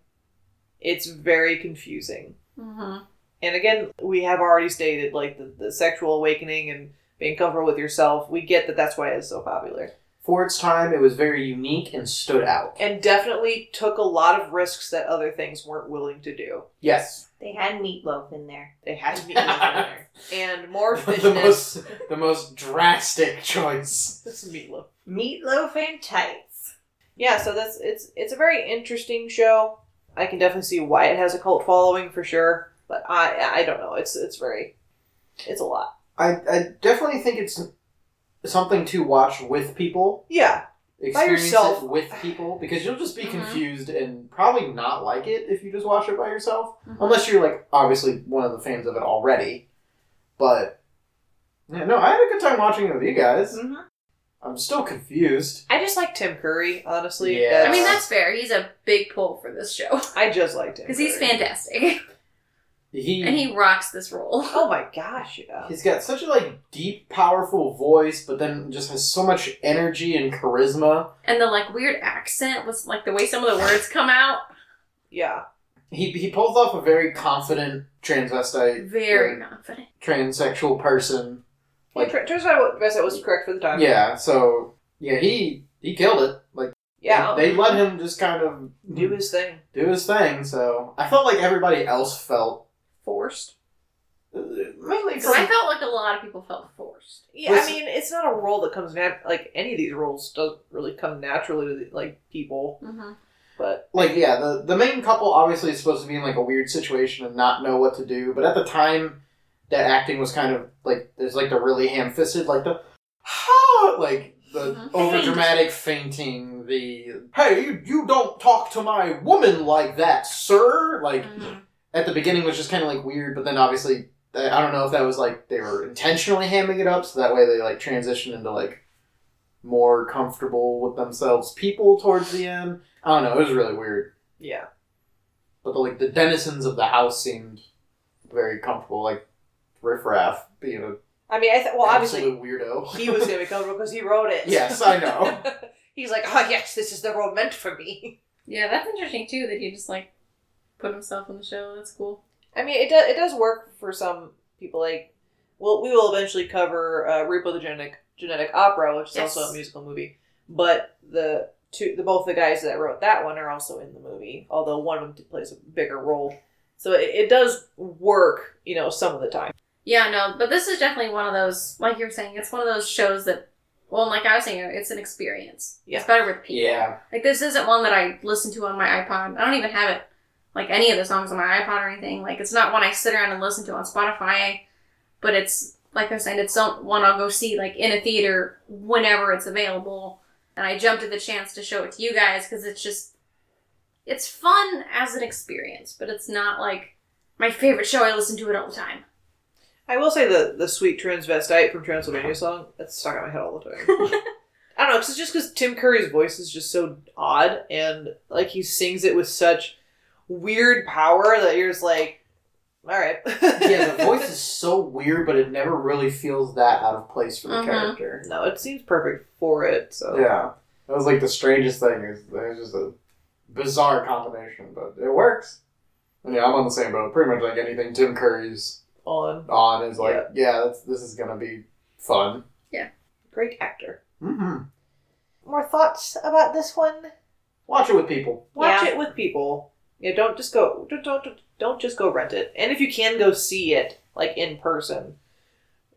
Speaker 1: it's very confusing.
Speaker 3: Mm-hmm.
Speaker 1: And again, we have already stated like the, the sexual awakening and being comfortable with yourself. We get that that's why it's so popular.
Speaker 2: For its time, it was very unique and stood out.
Speaker 1: And definitely took a lot of risks that other things weren't willing to do.
Speaker 2: Yes.
Speaker 4: They had meatloaf in there.
Speaker 1: They had to be easier there. And more
Speaker 2: the
Speaker 1: fishness.
Speaker 2: most the most drastic choice.
Speaker 1: This is meatloaf.
Speaker 4: Meatloaf and tights.
Speaker 1: yeah so that's it's it's a very interesting show i can definitely see why it has a cult following for sure but i i don't know it's it's very it's a lot
Speaker 2: I, I definitely think it's something to watch with people.
Speaker 1: yeah
Speaker 2: Experience
Speaker 1: yourself.
Speaker 2: it with people because you'll just be
Speaker 3: Mhm.
Speaker 2: confused and probably not like it if you just watch it by yourself. Unless you're like obviously one of the fans of it already. But yeah, no, I had a good time watching it with you guys.
Speaker 1: Mhm.
Speaker 2: I'm still confused.
Speaker 1: i just like tim curry honestly
Speaker 2: Yeah.
Speaker 1: That's-
Speaker 3: I mean, that's fair. He's a big pull for this show
Speaker 1: i just liked him
Speaker 3: because he's fantastic
Speaker 2: He,
Speaker 3: and he rocks this role.
Speaker 1: oh my gosh yeah
Speaker 2: he's got such a like deep, powerful voice, but then just has so much energy and charisma.
Speaker 3: And the like weird accent was like the way some of the words come out.
Speaker 1: yeah
Speaker 2: He he pulls off a very confident transvestite,
Speaker 3: Very
Speaker 2: Right.
Speaker 3: confident.
Speaker 2: transsexual person.
Speaker 1: He tr- turns out what best was correct for the time
Speaker 2: Yeah, so yeah, he he killed it. Like
Speaker 1: yeah
Speaker 2: they, they let him just kind of
Speaker 1: do his thing
Speaker 2: do his thing. So I felt like everybody else felt
Speaker 3: Forced.
Speaker 2: uh, mainly
Speaker 3: So I
Speaker 2: from
Speaker 3: felt like a lot of people felt forced.
Speaker 1: yeah i
Speaker 2: Listen-
Speaker 1: mean it's not a role that comes nat- like any of these roles doesn't really come naturally to like people
Speaker 3: Mm-hmm.
Speaker 1: but
Speaker 2: like yeah the the main couple obviously is supposed to be in like a weird situation and not know what to do but at the time that acting was kind of like there's like the really ham-fisted like the like the
Speaker 3: Mhm.
Speaker 2: over dramatic fainting the hey you, you don't talk to my woman like that sir like
Speaker 3: Mm-hmm.
Speaker 2: at the beginning was just kind of like weird but then obviously I I don't know if that was like they were intentionally hamming it up so that way they like transition into like more comfortable with themselves people towards the end. I don't know, it was really weird.
Speaker 1: yeah
Speaker 2: But the, like the denizens of the house seemed very comfortable, like riffraff being a
Speaker 1: i mean i th- well obviously
Speaker 2: absolute weirdo.
Speaker 1: he was gonna be comfortable because he wrote it.
Speaker 2: Yes, I know.
Speaker 1: He's like, oh yes, this is the role meant for me.
Speaker 3: Yeah, that's interesting too that he just like put himself on the show. That's cool.
Speaker 1: I mean, it does it does work for some people. Like, well, we will eventually cover uh, Repo the Genetic Genetic Opera, which is
Speaker 3: Yes.
Speaker 1: also a musical movie. But the two, the both the guys that wrote that one are also in the movie, although one of them plays a bigger role. So it, it does work, you know, some of the time.
Speaker 3: Yeah, no, but this is definitely one of those, like you were saying, it's one of those shows that, well, like I was saying, it's an experience.
Speaker 1: Yeah.
Speaker 3: It's better with people.
Speaker 2: yeah.
Speaker 3: Like this isn't one that I listen to on my iPod. I don't even have it, like any of the songs on my iPod or anything. Like it's not one I sit around and listen to on Spotify, but it's like I was saying, it's some- one I'll go see like in a theater whenever it's available. And I jumped at the chance to show it to you guys because it's just, it's fun as an experience, but it's not like my favorite show. I listen to it all the time.
Speaker 1: I will say the the sweet transvestite from Transylvania song that's stuck in my head all the time. I don't know, 'cause it's just because Tim Curry's voice is just so odd, and like he sings it with such weird power that you're just like, all right,
Speaker 2: Yeah, the voice is so weird, but it never really feels that out of place for the
Speaker 1: Mm-hmm.
Speaker 3: Mhm.
Speaker 2: character.
Speaker 1: No, it seems perfect for it. So
Speaker 2: Yeah. That was like the strangest thing. It was, it was just a bizarre combination, but it works. And yeah, I'm on the same boat. Pretty much like anything Tim Curry's
Speaker 1: on
Speaker 2: on is like, yeah, that's, this is gonna be fun.
Speaker 1: great actor.
Speaker 2: Mm-hmm.
Speaker 1: More thoughts about this one?
Speaker 2: Watch it with people.
Speaker 1: Watch
Speaker 4: Yeah.
Speaker 1: it with people. Yeah, don't just go. Don't, don't don't just go rent it. And if you can go see it like in person,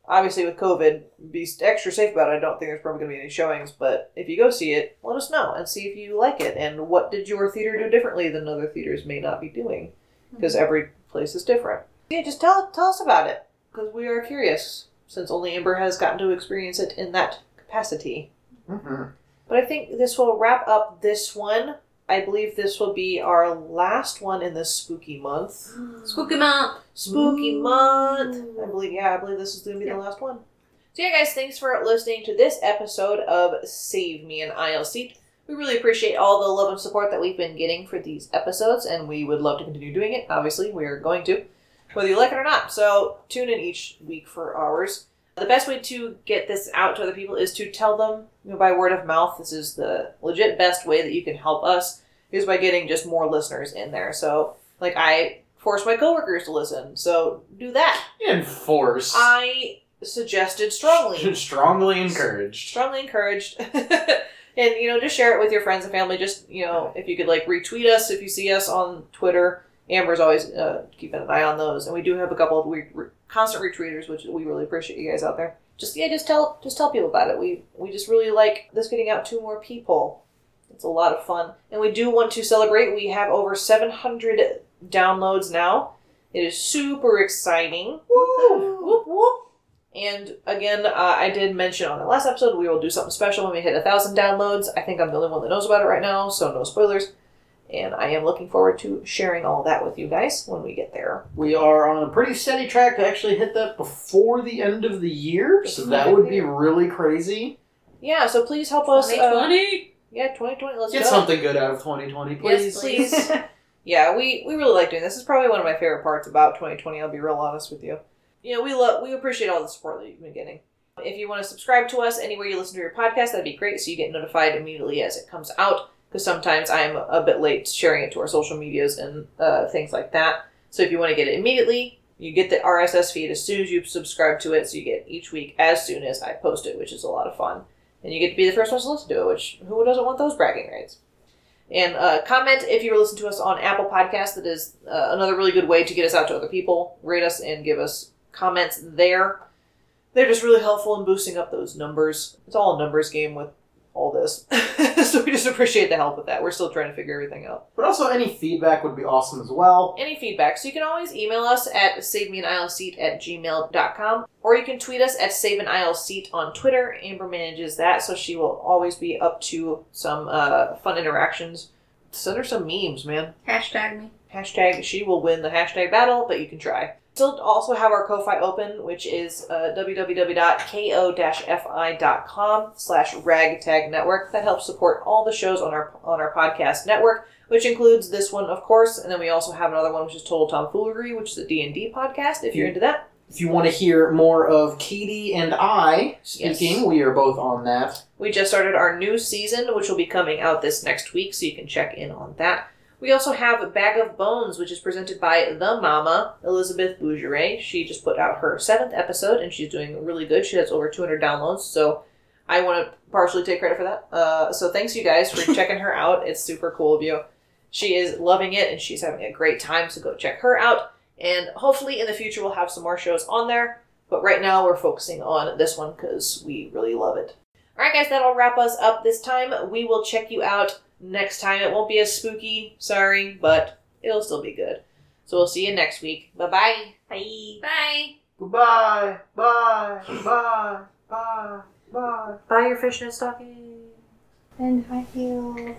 Speaker 1: obviously with COVID, be extra safe about it. I don't think there's probably going to be any showings, but if you go see it, let us know and see if you like it and what did your theater do differently than other theaters may not be doing because every place is different. Yeah, just tell tell us about it because we are curious since only Amber has gotten to experience it in that capacity.
Speaker 2: Mm-hmm.
Speaker 1: But I think this will wrap up this one. I believe this will be our last one in this spooky month.
Speaker 3: Spook him out.
Speaker 1: Spooky
Speaker 4: Ooh.
Speaker 1: month! I believe, yeah, I believe this is going to be
Speaker 3: Yeah.
Speaker 1: the last one. So, yeah, guys, thanks for listening to this episode of Save Me an Aisle Seat. We really appreciate all the love and support that we've been getting for these episodes, and we would love to continue doing it. Obviously, we are going to, whether you like it or not. So, tune in each week for ours. The best way to get this out to other people is to tell them you know, by word of mouth. This is the legit best way that you can help us is by getting just more listeners in there. So, like, I force my coworkers to listen. So do that.
Speaker 2: Enforce.
Speaker 1: I suggested strongly,
Speaker 2: Uh, Strongly encouraged.
Speaker 1: strongly encouraged. And you know, just share it with your friends and family. Just you know, if you could like retweet us if you see us on Twitter. Amber's always uh, keeping an eye on those, and we do have a couple of re- re- constant retweeters, which we really appreciate you guys out there. Just yeah, just tell just tell people about it. We we just really like this getting out to more people. It's a lot of fun, and we do want to celebrate. We have over seven hundred downloads now. It is super exciting. Woo! Whoop whoop. And again, uh, I did mention on the last episode we will do something special when we hit a thousand downloads. I think I'm the only one that knows about it right now, so no spoilers. And I am looking forward to sharing all that with you guys when we get there.
Speaker 2: We are on a pretty steady track to actually hit that before the end of the year, so that would be really crazy.
Speaker 1: Yeah, so please help us. Uh,
Speaker 3: 2020?
Speaker 1: yeah, 2020. Let's
Speaker 2: Get
Speaker 1: go.
Speaker 2: something good out of 2020, please.
Speaker 3: Yes,
Speaker 1: please. Yeah, we, we really like doing this. It's probably one of my favorite parts about 2020. I'll be real honest with you. You know, we love we appreciate all the support that you've been getting. If you want to subscribe to us anywhere you listen to your podcast, that'd be great. So you get notified immediately as it comes out. Because sometimes I'm a bit late sharing it to our social medias and uh, things like that. So if you want to get it immediately, you get the RSS feed as soon as you subscribe to it. So you get each week as soon as I post it, which is a lot of fun. And you get to be the first one to listen to it, which who doesn't want those bragging rights? and uh, comment if you listen to us on Apple Podcasts. That is uh, another really good way to get us out to other people. Rate us and give us comments there. They're just really helpful in boosting up those numbers. It's all a numbers game with all this, so we just appreciate the help with that. We're still trying to figure everything out.
Speaker 2: But also, any feedback would be awesome as well.
Speaker 1: Any feedback, so you can always email us at savemeanileseat at gmail.com or you can tweet us at saveanileseat on Twitter. Amber manages that, so she will always be up to some uh, fun interactions. Send her some memes, man.
Speaker 3: Hashtag me.
Speaker 1: Hashtag she will win the hashtag battle, but you can try. Still also have our Ko-Fi open, which is uh, www.ko-fi.com slash ragtag network. That helps support all the shows on our on our podcast network, which includes this one, of course, and then we also have another one, which is Total Tomfoolery, which is a D&D podcast, if you're into that.
Speaker 2: If you want to hear more of Katie and I speaking, we are both on that.
Speaker 1: We just started our new season, which will be coming out this next week, so you can check in on that. We also have Bag of Bones, which is presented by the mama, Elizabeth Bougeret. She just put out her seventh episode, and she's doing really good. She has over 200 downloads, so I want to partially take credit for that. Uh, so thanks, you guys, for checking her out. It's super cool of you. She is loving it, and she's having a great time, so go check her out. And hopefully, in the future, we'll have some more shows on there. But right now, we're focusing on this one because we really love it. All right, guys, that'll wrap us up this time. We will check you out next time. It won't be as spooky, sorry, but it'll still be good. So we'll see you next week. Bye bye.
Speaker 4: Bye.
Speaker 3: Bye.
Speaker 2: Goodbye. Bye. Bye. Bye. Bye.
Speaker 1: Buy your fishnet stocking.
Speaker 4: And high heels.